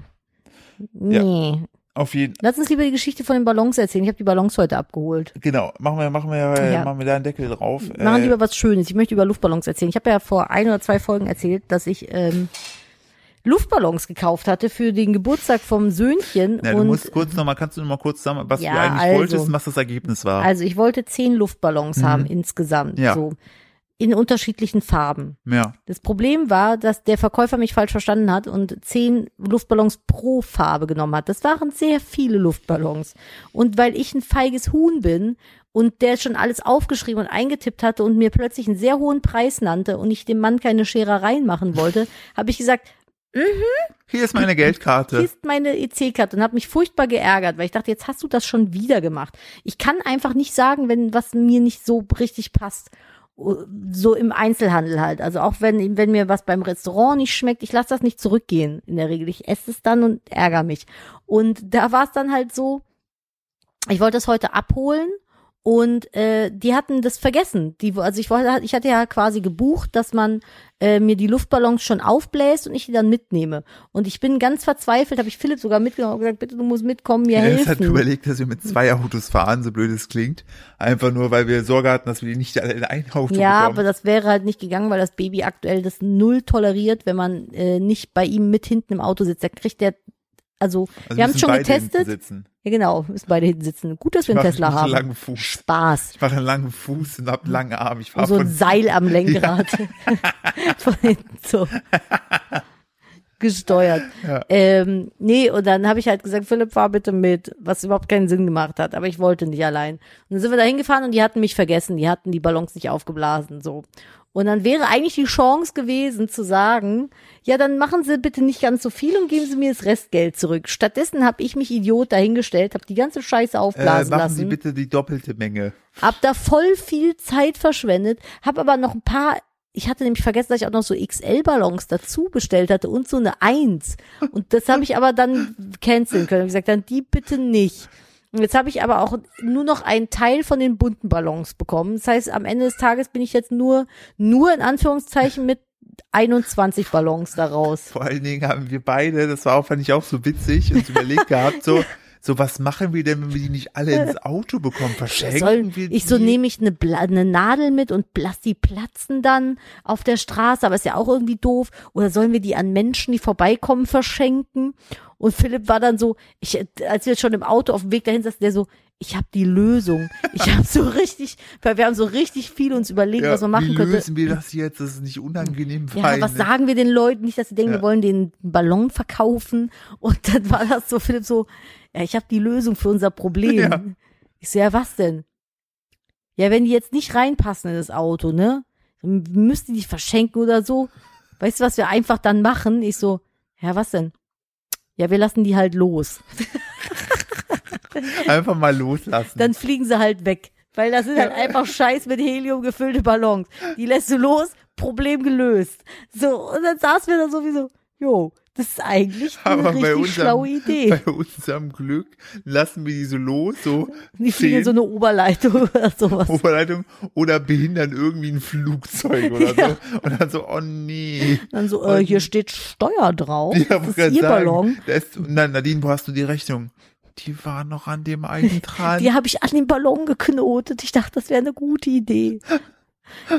[SPEAKER 2] Nee.
[SPEAKER 1] Auf jeden
[SPEAKER 2] Lass uns lieber die Geschichte von den Ballons erzählen. Ich habe die Ballons heute abgeholt.
[SPEAKER 1] genau, machen wir, machen wir, äh,
[SPEAKER 2] Ja.
[SPEAKER 1] machen wir da einen Deckel drauf.
[SPEAKER 2] Machen
[SPEAKER 1] Äh,
[SPEAKER 2] lieber was Schönes. Ich möchte über Luftballons erzählen. Ich habe ja vor ein oder zwei Folgen erzählt, dass ich ähm, Luftballons gekauft hatte für den Geburtstag vom Söhnchen.
[SPEAKER 1] Na, du
[SPEAKER 2] und
[SPEAKER 1] musst kurz nochmal, kannst du nochmal kurz sagen, was
[SPEAKER 2] Ja,
[SPEAKER 1] du eigentlich
[SPEAKER 2] also-
[SPEAKER 1] wolltest und was das Ergebnis war?
[SPEAKER 2] also ich wollte zehn Luftballons haben insgesamt.
[SPEAKER 1] Mhm. Ja.
[SPEAKER 2] So in unterschiedlichen Farben.
[SPEAKER 1] ja.
[SPEAKER 2] Das Problem war, dass der Verkäufer mich falsch verstanden hat und zehn Luftballons pro Farbe genommen hat. Das waren sehr viele Luftballons. Und weil ich ein feiges Huhn bin und der schon alles aufgeschrieben und eingetippt hatte und mir plötzlich einen sehr hohen Preis nannte und ich dem Mann keine Scherereien machen wollte, habe ich gesagt,
[SPEAKER 1] Hier ist meine
[SPEAKER 2] hier
[SPEAKER 1] Geldkarte.
[SPEAKER 2] ist meine EC-Karte und habe mich furchtbar geärgert, weil ich dachte, jetzt hast du das schon wieder gemacht. Ich kann einfach nicht sagen, wenn was mir nicht so richtig passt. So im Einzelhandel halt. Also auch wenn, wenn mir was beim Restaurant nicht schmeckt, ich lasse das nicht zurückgehen in der Regel. Ich esse es dann und ärgere mich. Und da war es dann halt so, ich wollte es heute abholen und äh, die hatten das vergessen. Die, also ich, wollte, ich hatte ja quasi gebucht, dass man äh, mir die Luftballons schon aufbläst und ich die dann mitnehme. Und ich bin ganz verzweifelt, habe ich Philipp sogar mitgenommen und gesagt, bitte, du musst mitkommen, mir
[SPEAKER 1] Jetzt hat
[SPEAKER 2] helfen.
[SPEAKER 1] überlegt, dass wir mit zwei Autos fahren, so blöd es klingt. Einfach nur, weil wir Sorge hatten, dass wir die nicht alle in ein Auto
[SPEAKER 2] Ja, aber
[SPEAKER 1] bekommen. Also
[SPEAKER 2] das wäre halt nicht gegangen, weil das Baby aktuell das null toleriert, wenn man äh, nicht bei ihm mit hinten im Auto sitzt. Da kriegt der, also,
[SPEAKER 1] also
[SPEAKER 2] wir haben es
[SPEAKER 1] müssen
[SPEAKER 2] schon
[SPEAKER 1] beide hinten
[SPEAKER 2] getestet.
[SPEAKER 1] Sitzen.
[SPEAKER 2] Ja, genau, müssen beide hinten sitzen. Gut, dass wir einen
[SPEAKER 1] Mach-
[SPEAKER 2] Tesla
[SPEAKER 1] mach einen
[SPEAKER 2] haben.
[SPEAKER 1] langen Fuß.
[SPEAKER 2] Spaß.
[SPEAKER 1] Ich mache einen langen Fuß und hab einen langen Arm. Ich
[SPEAKER 2] Und
[SPEAKER 1] fahr
[SPEAKER 2] so ein
[SPEAKER 1] von
[SPEAKER 2] Seil am Lenkrad. Von hinten so. Gesteuert. Ähm, nee, und dann habe ich halt gesagt, Philipp, fahr bitte mit, was überhaupt keinen Sinn gemacht hat, aber ich wollte nicht allein. Und dann sind wir da hingefahren und die hatten mich vergessen, die hatten die Ballons nicht aufgeblasen, so. Und dann wäre eigentlich die Chance gewesen zu sagen, ja, dann machen Sie bitte nicht ganz so viel und geben Sie mir das Restgeld zurück. Stattdessen habe ich mich Idiot dahingestellt, habe die ganze Scheiße
[SPEAKER 1] äh,
[SPEAKER 2] aufblasen
[SPEAKER 1] machen
[SPEAKER 2] lassen.
[SPEAKER 1] Sie bitte die doppelte Menge.
[SPEAKER 2] Hab da voll viel Zeit verschwendet, hab aber noch ein paar, ich hatte nämlich vergessen, dass ich auch noch so XL-Ballons dazu bestellt hatte und so eine Eins. Und das habe ich aber dann canceln können. Ich gesagt, dann die bitte nicht. Und jetzt habe ich aber auch nur noch einen Teil von den bunten Ballons bekommen. Das heißt, am Ende des Tages bin ich jetzt nur, nur in Anführungszeichen mit 21 Ballons daraus.
[SPEAKER 1] Vor allen Dingen haben wir beide, das war auch, fand ich auch so witzig, uns überlegt gehabt, so, so was machen wir denn, wenn wir die nicht alle ins Auto bekommen? Verschenken
[SPEAKER 2] Soll,
[SPEAKER 1] wir
[SPEAKER 2] ich so
[SPEAKER 1] die?
[SPEAKER 2] nehme ich eine, Bla- eine Nadel mit und lass die platzen dann auf der Straße, aber ist ja auch irgendwie doof. Oder sollen wir die an Menschen, die vorbeikommen, verschenken? Und Philipp war dann so, ich, als wir schon im Auto auf dem Weg dahin saßen, der so, ich habe die Lösung. Ich habe so richtig, weil wir haben so richtig viel uns überlegt,
[SPEAKER 1] Ja,
[SPEAKER 2] was man machen
[SPEAKER 1] wie
[SPEAKER 2] könnte.
[SPEAKER 1] lösen wir das jetzt, dass es nicht unangenehm
[SPEAKER 2] Ja,
[SPEAKER 1] fein
[SPEAKER 2] was
[SPEAKER 1] ist?
[SPEAKER 2] sagen wir den Leuten? Nicht, dass sie denken,
[SPEAKER 1] Ja.
[SPEAKER 2] wir wollen den Ballon verkaufen. Und dann war das so, Philipp, so, ja, ich habe die Lösung für unser Problem.
[SPEAKER 1] Ja.
[SPEAKER 2] Ich so, ja, was denn? Ja, wenn die jetzt nicht reinpassen in das Auto, ne? Dann müssten die verschenken oder so. Weißt du, was wir einfach dann machen? Ich so, ja, was denn? Ja, wir lassen die halt los.
[SPEAKER 1] Einfach mal loslassen.
[SPEAKER 2] Dann fliegen sie halt weg. Weil das sind halt einfach scheiß mit Helium gefüllte Ballons. Die lässt du los, Problem gelöst. So, und dann saßen wir da sowieso, jo, das ist eigentlich eine
[SPEAKER 1] Aber bei
[SPEAKER 2] richtig
[SPEAKER 1] unserem-
[SPEAKER 2] schlaue Idee.
[SPEAKER 1] Bei unserem Glück lassen wir die so los, so
[SPEAKER 2] Die fliegen in so
[SPEAKER 1] zehn Oh.
[SPEAKER 2] eine Oberleitung oder sowas.
[SPEAKER 1] Oberleitung oder behindern irgendwie ein Flugzeug oder
[SPEAKER 2] Ja.
[SPEAKER 1] so. Und dann so, oh nee.
[SPEAKER 2] Dann so, äh, hier steht Steuer drauf.
[SPEAKER 1] Ja,
[SPEAKER 2] das
[SPEAKER 1] wollte
[SPEAKER 2] ist
[SPEAKER 1] grad
[SPEAKER 2] ihr
[SPEAKER 1] sagen,
[SPEAKER 2] Ballon.
[SPEAKER 1] da ist- und dann, Nadine, wo hast du die Rechnung? Die war noch an dem einen dran.
[SPEAKER 2] Die habe ich an den Ballon geknotet. Ich dachte, das wäre eine gute Idee.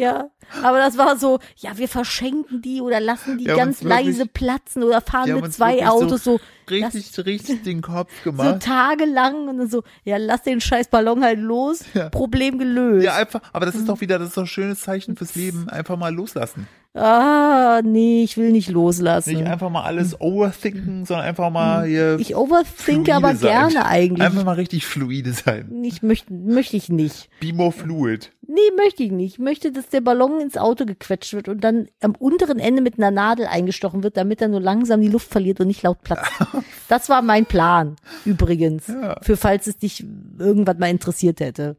[SPEAKER 2] Ja, aber das war so, ja, wir verschenken die oder lassen die
[SPEAKER 1] Die haben
[SPEAKER 2] ganz
[SPEAKER 1] uns wirklich-
[SPEAKER 2] leise platzen oder fahren
[SPEAKER 1] die haben
[SPEAKER 2] mit
[SPEAKER 1] uns
[SPEAKER 2] zwei
[SPEAKER 1] wirklich so
[SPEAKER 2] Autos so,
[SPEAKER 1] Richtig, richtig den Kopf
[SPEAKER 2] so
[SPEAKER 1] gemacht.
[SPEAKER 2] tagelang und dann so, ja, lass den scheiß Ballon halt los,
[SPEAKER 1] Ja.
[SPEAKER 2] Problem gelöst.
[SPEAKER 1] ja, einfach, aber das
[SPEAKER 2] Mhm.
[SPEAKER 1] ist doch wieder, das ist doch ein schönes Zeichen fürs Leben. Einfach mal loslassen.
[SPEAKER 2] Ah, nee, ich will nicht loslassen.
[SPEAKER 1] Nicht einfach mal alles overthinken, sondern einfach mal hier
[SPEAKER 2] Mhm. ich overthinke
[SPEAKER 1] fluide
[SPEAKER 2] aber
[SPEAKER 1] sein.
[SPEAKER 2] gerne eigentlich.
[SPEAKER 1] Einfach mal richtig fluide sein.
[SPEAKER 2] Ich möchte, möchte ich nicht.
[SPEAKER 1] Be more fluid.
[SPEAKER 2] Nee, möchte ich nicht. Ich möchte, dass der Ballon ins Auto gequetscht wird und dann am unteren Ende mit einer Nadel eingestochen wird, damit er nur langsam die Luft verliert und nicht laut platzt. Das war mein Plan, übrigens.
[SPEAKER 1] Ja.
[SPEAKER 2] Für falls es dich irgendwann mal interessiert hätte.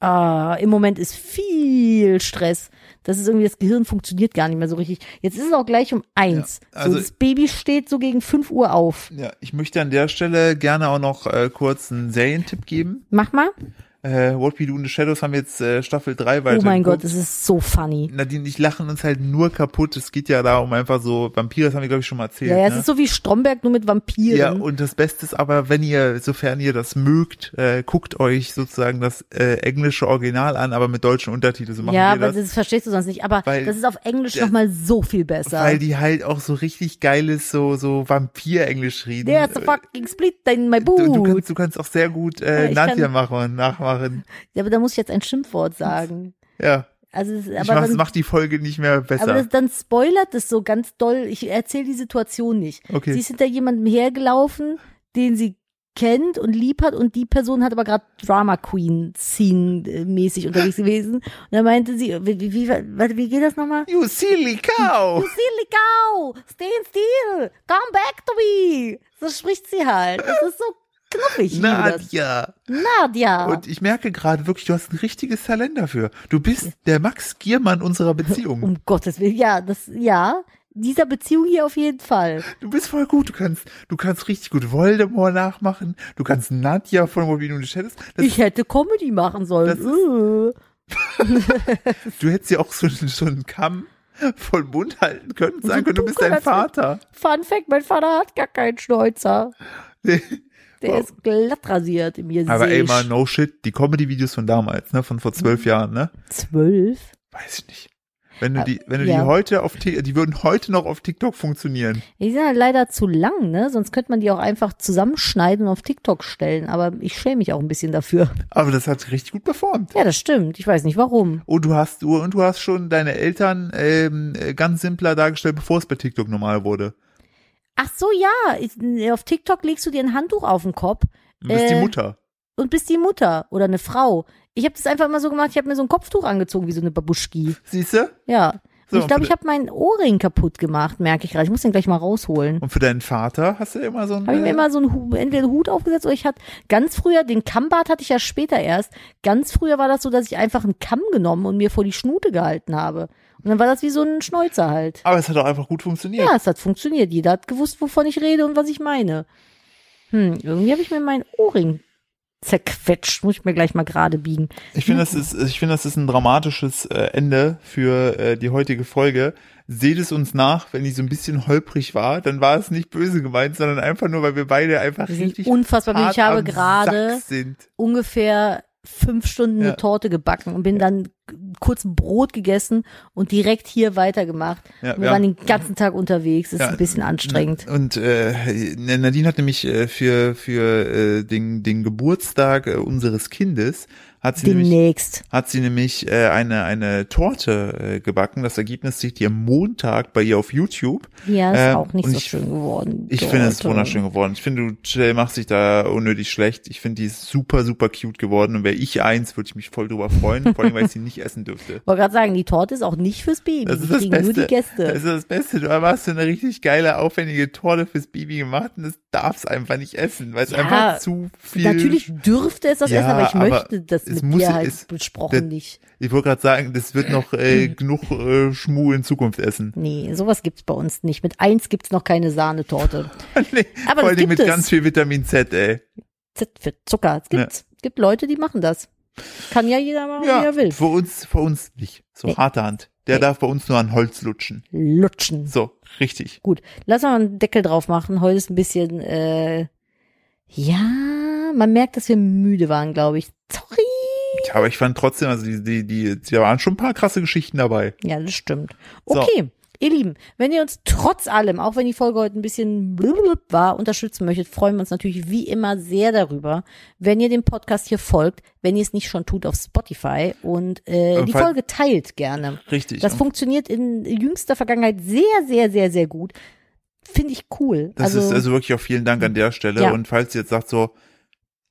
[SPEAKER 2] Ah, im Moment ist viel Stress. Das ist irgendwie, das Gehirn funktioniert gar nicht mehr so richtig. Jetzt ist es auch gleich um eins.
[SPEAKER 1] Ja, also-
[SPEAKER 2] so, das Baby steht so gegen fünf Uhr auf.
[SPEAKER 1] Ja, ich möchte an der Stelle gerne auch noch äh, kurz einen Serientipp geben.
[SPEAKER 2] Mach mal.
[SPEAKER 1] Äh, What We Do in the Shadows haben wir jetzt äh, Staffel 3 weiter.
[SPEAKER 2] Oh mein Gott, es ist so funny.
[SPEAKER 1] Nadine, ich lachen uns halt nur kaputt. Es geht ja da um einfach so Vampire, das haben wir glaube ich schon mal erzählt.
[SPEAKER 2] Ja, ja, es
[SPEAKER 1] ne?
[SPEAKER 2] ist ne? so wie Stromberg nur mit Vampiren.
[SPEAKER 1] Ja, und das Beste ist aber, wenn ihr, sofern ihr das mögt, äh, guckt euch sozusagen das äh, englische Original an, aber mit deutschen Untertiteln. So machen
[SPEAKER 2] ja,
[SPEAKER 1] wir
[SPEAKER 2] aber
[SPEAKER 1] das.
[SPEAKER 2] das? verstehst du sonst nicht. Aber
[SPEAKER 1] Weil-
[SPEAKER 2] das ist auf Englisch
[SPEAKER 1] Ja.
[SPEAKER 2] nochmal so viel besser.
[SPEAKER 1] Weil die halt auch so richtig geiles, so, so Vampir-Englisch reden.
[SPEAKER 2] There's a fucking split in my
[SPEAKER 1] äh, du, du,
[SPEAKER 2] boot.
[SPEAKER 1] kannst, du kannst auch sehr gut
[SPEAKER 2] Ja,
[SPEAKER 1] äh,
[SPEAKER 2] ich
[SPEAKER 1] Nadja
[SPEAKER 2] kann-
[SPEAKER 1] machen, nachmachen.
[SPEAKER 2] Ja, aber da muss ich jetzt ein Schimpfwort sagen.
[SPEAKER 1] Ja.
[SPEAKER 2] Also, es-
[SPEAKER 1] ich
[SPEAKER 2] aber
[SPEAKER 1] mach,
[SPEAKER 2] dann,
[SPEAKER 1] mach die Folge nicht mehr
[SPEAKER 2] aber
[SPEAKER 1] besser.
[SPEAKER 2] das, dann spoilert es so ganz doll. Ich erzähle die Situation nicht.
[SPEAKER 1] Okay.
[SPEAKER 2] Sie ist hinter jemandem hergelaufen, den sie kennt und lieb hat und die Person hat aber gerade Drama Queen Scene mäßig unterwegs gewesen und dann meinte sie wie wie wie, warte, wie geht das nochmal?
[SPEAKER 1] You silly cow!
[SPEAKER 2] Du silly cow, stand still, come back to me. So spricht sie halt. Das ist so knuffig. Ich liebe das.
[SPEAKER 1] Nadja!
[SPEAKER 2] Nadja.
[SPEAKER 1] Und ich merke gerade wirklich, du hast ein richtiges Talent dafür. Du bist der Max Giermann unserer Beziehung.
[SPEAKER 2] um Gottes Willen. Ja, das, ja. Dieser Beziehung hier auf jeden Fall.
[SPEAKER 1] Du bist voll gut. Du kannst, du kannst richtig gut Voldemort nachmachen. Du kannst Nadja von Robin und Shadows. Das,
[SPEAKER 2] ich hätte Comedy machen
[SPEAKER 1] das
[SPEAKER 2] sollen.
[SPEAKER 1] ist-
[SPEAKER 2] Uh.
[SPEAKER 1] du hättest ja auch so, so einen Kamm voll Mund halten können. und
[SPEAKER 2] so
[SPEAKER 1] Sagen können, du bist dein
[SPEAKER 2] dunkel, als-
[SPEAKER 1] Vater.
[SPEAKER 2] Fun Fact, mein Vater hat gar keinen Schnäuzer.
[SPEAKER 1] Nee.
[SPEAKER 2] Der
[SPEAKER 1] Wow.
[SPEAKER 2] ist glatt rasiert im Gesicht.
[SPEAKER 1] Aber ey, mal no shit. Die Comedy-Videos von damals, ne, von vor zwölf Jahren, ne?
[SPEAKER 2] Zwölf?
[SPEAKER 1] Weiß ich nicht. Wenn du
[SPEAKER 2] Ah,
[SPEAKER 1] die, wenn du
[SPEAKER 2] Mhm. ja.
[SPEAKER 1] die heute auf, Tik- die würden heute noch auf TikTok funktionieren.
[SPEAKER 2] Die sind halt leider zu lang, ne? Sonst könnte man die auch einfach zusammenschneiden und auf TikTok stellen. Aber ich schäme mich auch ein bisschen dafür.
[SPEAKER 1] Aber das hat richtig gut performt.
[SPEAKER 2] Ja, das stimmt. Ich weiß nicht warum.
[SPEAKER 1] Oh, du hast du und du hast schon deine Eltern ähm, äh, ganz simpler dargestellt, bevor es bei TikTok normal wurde.
[SPEAKER 2] Ach so, ja. Ich- äh, Auf TikTok legst du dir ein Handtuch auf den Kopf
[SPEAKER 1] Du bist die
[SPEAKER 2] Äh,
[SPEAKER 1] Mutter.
[SPEAKER 2] und bist die Mutter oder eine Frau. Ich habe das einfach immer so gemacht, ich habe mir so ein Kopftuch angezogen, wie so eine Babuschki.
[SPEAKER 1] Siehst du?
[SPEAKER 2] Ja.
[SPEAKER 1] So,
[SPEAKER 2] und ich glaube,
[SPEAKER 1] und-
[SPEAKER 2] ich habe meinen Ohrring kaputt gemacht, merke ich gerade. Ich muss den gleich mal rausholen.
[SPEAKER 1] Und für deinen Vater hast du immer so ein.
[SPEAKER 2] Habe ich mir
[SPEAKER 1] äh,
[SPEAKER 2] immer so einen, Hu- entweder einen Hut aufgesetzt oder ich hatte ganz früher, den Kammbart hatte ich ja später erst. Ganz früher war das so, dass ich einfach einen Kamm genommen und mir vor die Schnute gehalten habe. Und dann war das wie so ein Schnäuzer halt.
[SPEAKER 1] aber es hat auch einfach gut funktioniert.
[SPEAKER 2] Ja, es hat funktioniert. Jeder hat gewusst, wovon ich rede und was ich meine. Hm, irgendwie habe ich mir meinen Ohrring zerquetscht. Muss ich mir gleich mal gerade biegen.
[SPEAKER 1] Ich finde, das ist, ich finde, das ist ein dramatisches äh, Ende für äh, die heutige Folge. Seht es uns nach, wenn die so ein bisschen holprig war, dann war es nicht böse gemeint, sondern einfach nur, weil wir beide einfach
[SPEAKER 2] Wir sind
[SPEAKER 1] richtig
[SPEAKER 2] unfassbar müde.
[SPEAKER 1] hart
[SPEAKER 2] Ich habe
[SPEAKER 1] am
[SPEAKER 2] gerade
[SPEAKER 1] Sack sind.
[SPEAKER 2] ungefähr fünf Stunden
[SPEAKER 1] Ja.
[SPEAKER 2] eine Torte gebacken und bin dann k- kurz ein Brot gegessen und direkt hier weitergemacht.
[SPEAKER 1] Ja,
[SPEAKER 2] wir,
[SPEAKER 1] wir
[SPEAKER 2] waren den ganzen Tag unterwegs. Ist
[SPEAKER 1] Ja,
[SPEAKER 2] ein bisschen anstrengend.
[SPEAKER 1] Hm. Und äh, Nadine hat nämlich äh, für für äh, den den Geburtstag äh, unseres Kindes hat sie nämlich
[SPEAKER 2] Demnächst.
[SPEAKER 1] hat sie nämlich äh, eine eine Torte äh, gebacken. Das Ergebnis seht ihr Montag bei ihr auf YouTube.
[SPEAKER 2] Ja, ist
[SPEAKER 1] Ähm,
[SPEAKER 2] auch nicht
[SPEAKER 1] und
[SPEAKER 2] so
[SPEAKER 1] ich-
[SPEAKER 2] schön geworden.
[SPEAKER 1] Ich finde es
[SPEAKER 2] Torte.
[SPEAKER 1] wunderschön geworden. Ich finde, du Jill, machst dich da unnötig schlecht. Ich finde, die ist super, super cute geworden. Und wäre ich eins, würde ich mich voll drüber freuen. Vor allem, weil ich sie nicht essen dürfte.
[SPEAKER 2] Ich wollte gerade sagen, die Torte ist auch nicht fürs Baby.
[SPEAKER 1] Das ist
[SPEAKER 2] die
[SPEAKER 1] das
[SPEAKER 2] kriegen
[SPEAKER 1] Beste.
[SPEAKER 2] nur die Gäste.
[SPEAKER 1] Das ist das Beste. Du hast so eine richtig geile, aufwendige Torte fürs Baby gemacht und das darf's einfach nicht essen, weil es
[SPEAKER 2] Ja,
[SPEAKER 1] einfach zu viel.
[SPEAKER 2] Natürlich dürfte es das
[SPEAKER 1] Ja,
[SPEAKER 2] essen, aber ich
[SPEAKER 1] aber
[SPEAKER 2] möchte das
[SPEAKER 1] es
[SPEAKER 2] mit
[SPEAKER 1] muss-
[SPEAKER 2] dir halt
[SPEAKER 1] es-
[SPEAKER 2] besprochen
[SPEAKER 1] das-
[SPEAKER 2] nicht.
[SPEAKER 1] Ich wollte gerade sagen, das wird noch äh, genug äh, Schmuh in Zukunft essen.
[SPEAKER 2] Nee, sowas gibt's bei uns nicht. Mit eins gibt's noch keine Sahnetorte.
[SPEAKER 1] nee,
[SPEAKER 2] Aber
[SPEAKER 1] vor
[SPEAKER 2] das
[SPEAKER 1] allem
[SPEAKER 2] gibt
[SPEAKER 1] mit
[SPEAKER 2] es.
[SPEAKER 1] ganz viel Vitamin Z, ey.
[SPEAKER 2] Z für Zucker. Es gibt's. gibt Leute, die machen das. Kann ja jeder machen, wie er will.
[SPEAKER 1] für uns, für uns nicht. So
[SPEAKER 2] Nee.
[SPEAKER 1] harte Hand. Der
[SPEAKER 2] Nee.
[SPEAKER 1] darf bei uns nur an Holz lutschen.
[SPEAKER 2] Lutschen.
[SPEAKER 1] So, richtig.
[SPEAKER 2] Gut, lass mal einen Deckel drauf machen. Heute ist ein bisschen, äh, ja, man merkt, dass wir müde waren, glaube ich. Sorry.
[SPEAKER 1] Ja, Ja, aber ich fand trotzdem, also die, die, die, da waren schon ein paar krasse Geschichten dabei.
[SPEAKER 2] Ja, das stimmt.
[SPEAKER 1] So.
[SPEAKER 2] Okay, ihr Lieben, wenn ihr uns trotz allem, auch wenn die Folge heute ein bisschen blub war, unterstützen möchtet, freuen wir uns natürlich wie immer sehr darüber, wenn ihr dem Podcast hier folgt, wenn ihr es nicht schon tut auf Spotify und äh,
[SPEAKER 1] Ähm,
[SPEAKER 2] die
[SPEAKER 1] fall-
[SPEAKER 2] Folge teilt gerne.
[SPEAKER 1] Richtig.
[SPEAKER 2] Das
[SPEAKER 1] Und
[SPEAKER 2] funktioniert in jüngster Vergangenheit sehr, sehr, sehr, sehr gut. Finde ich cool.
[SPEAKER 1] das
[SPEAKER 2] also,
[SPEAKER 1] ist also wirklich auch vielen Dank an der Stelle.
[SPEAKER 2] Ja.
[SPEAKER 1] Und falls ihr jetzt sagt so,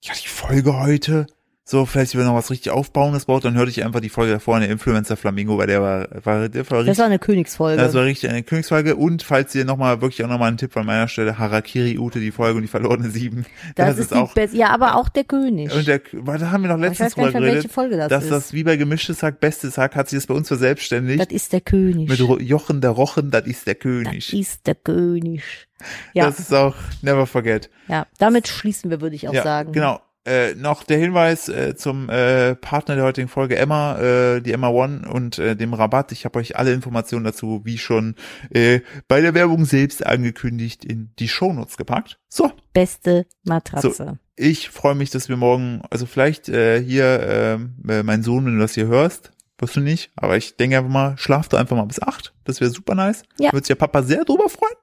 [SPEAKER 1] ja, die Folge heute, so, vielleicht will noch was richtig Aufbauendes braucht, dann hört ich einfach die Folge davor, eine Influencer Flamingo, weil der war, war, der war
[SPEAKER 2] das
[SPEAKER 1] richtig,
[SPEAKER 2] war eine Königsfolge.
[SPEAKER 1] das war richtig eine Königsfolge. Und falls ihr nochmal, wirklich auch nochmal einen Tipp von meiner Stelle, Harakiri Ute, die Folge und die verlorene Sieben.
[SPEAKER 2] das, ist, die
[SPEAKER 1] auch,
[SPEAKER 2] beste. Ja, aber auch der König.
[SPEAKER 1] und der, weil da haben wir noch
[SPEAKER 2] ich
[SPEAKER 1] letztens
[SPEAKER 2] weiß gar
[SPEAKER 1] drüber
[SPEAKER 2] nicht, mehr, welche
[SPEAKER 1] geredet,
[SPEAKER 2] Folge das,
[SPEAKER 1] dass
[SPEAKER 2] ist.
[SPEAKER 1] das wie bei gemischtes Hack, bestes Hack, hat sich das bei uns verselbstständigt.
[SPEAKER 2] das ist der König.
[SPEAKER 1] Mit Ro- Jochen der Rochen, das ist der
[SPEAKER 2] das
[SPEAKER 1] König.
[SPEAKER 2] ist der König. Ja,
[SPEAKER 1] Das ist auch never forget.
[SPEAKER 2] ja. Damit schließen wir, würde ich auch
[SPEAKER 1] ja,
[SPEAKER 2] sagen.
[SPEAKER 1] Genau. Äh, noch der Hinweis äh, zum äh, Partner der heutigen Folge Emma, äh, die Emma One und äh, dem Rabatt. Ich habe euch alle Informationen dazu, wie schon äh, bei der Werbung selbst angekündigt, in die Shownotes gepackt. So,
[SPEAKER 2] Beste Matratze.
[SPEAKER 1] ich freue mich, dass wir morgen, also vielleicht äh, hier, ähm, äh, mein Sohn, wenn du das hier hörst, wirst du nicht, aber ich denke einfach mal, schlaf du einfach mal bis acht. Das wäre super nice.
[SPEAKER 2] Ja.
[SPEAKER 1] Wird sich ja Papa sehr drüber freuen.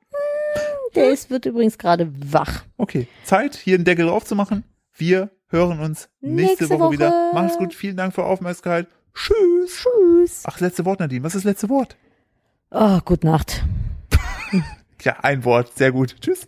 [SPEAKER 2] Der ist, wird übrigens gerade wach.
[SPEAKER 1] Okay, Zeit, hier einen Deckel drauf zu machen. Wir hören uns nächste,
[SPEAKER 2] Nächste
[SPEAKER 1] Woche,
[SPEAKER 2] Woche.
[SPEAKER 1] wieder. Macht's gut, vielen Dank für eure Aufmerksamkeit. Tschüss.
[SPEAKER 2] Tschüss.
[SPEAKER 1] Ach, letzte Wort, Nadine. Was ist das letzte Wort?
[SPEAKER 2] Oh, gute Nacht.
[SPEAKER 1] Ja, ein Wort. Sehr gut. Tschüss.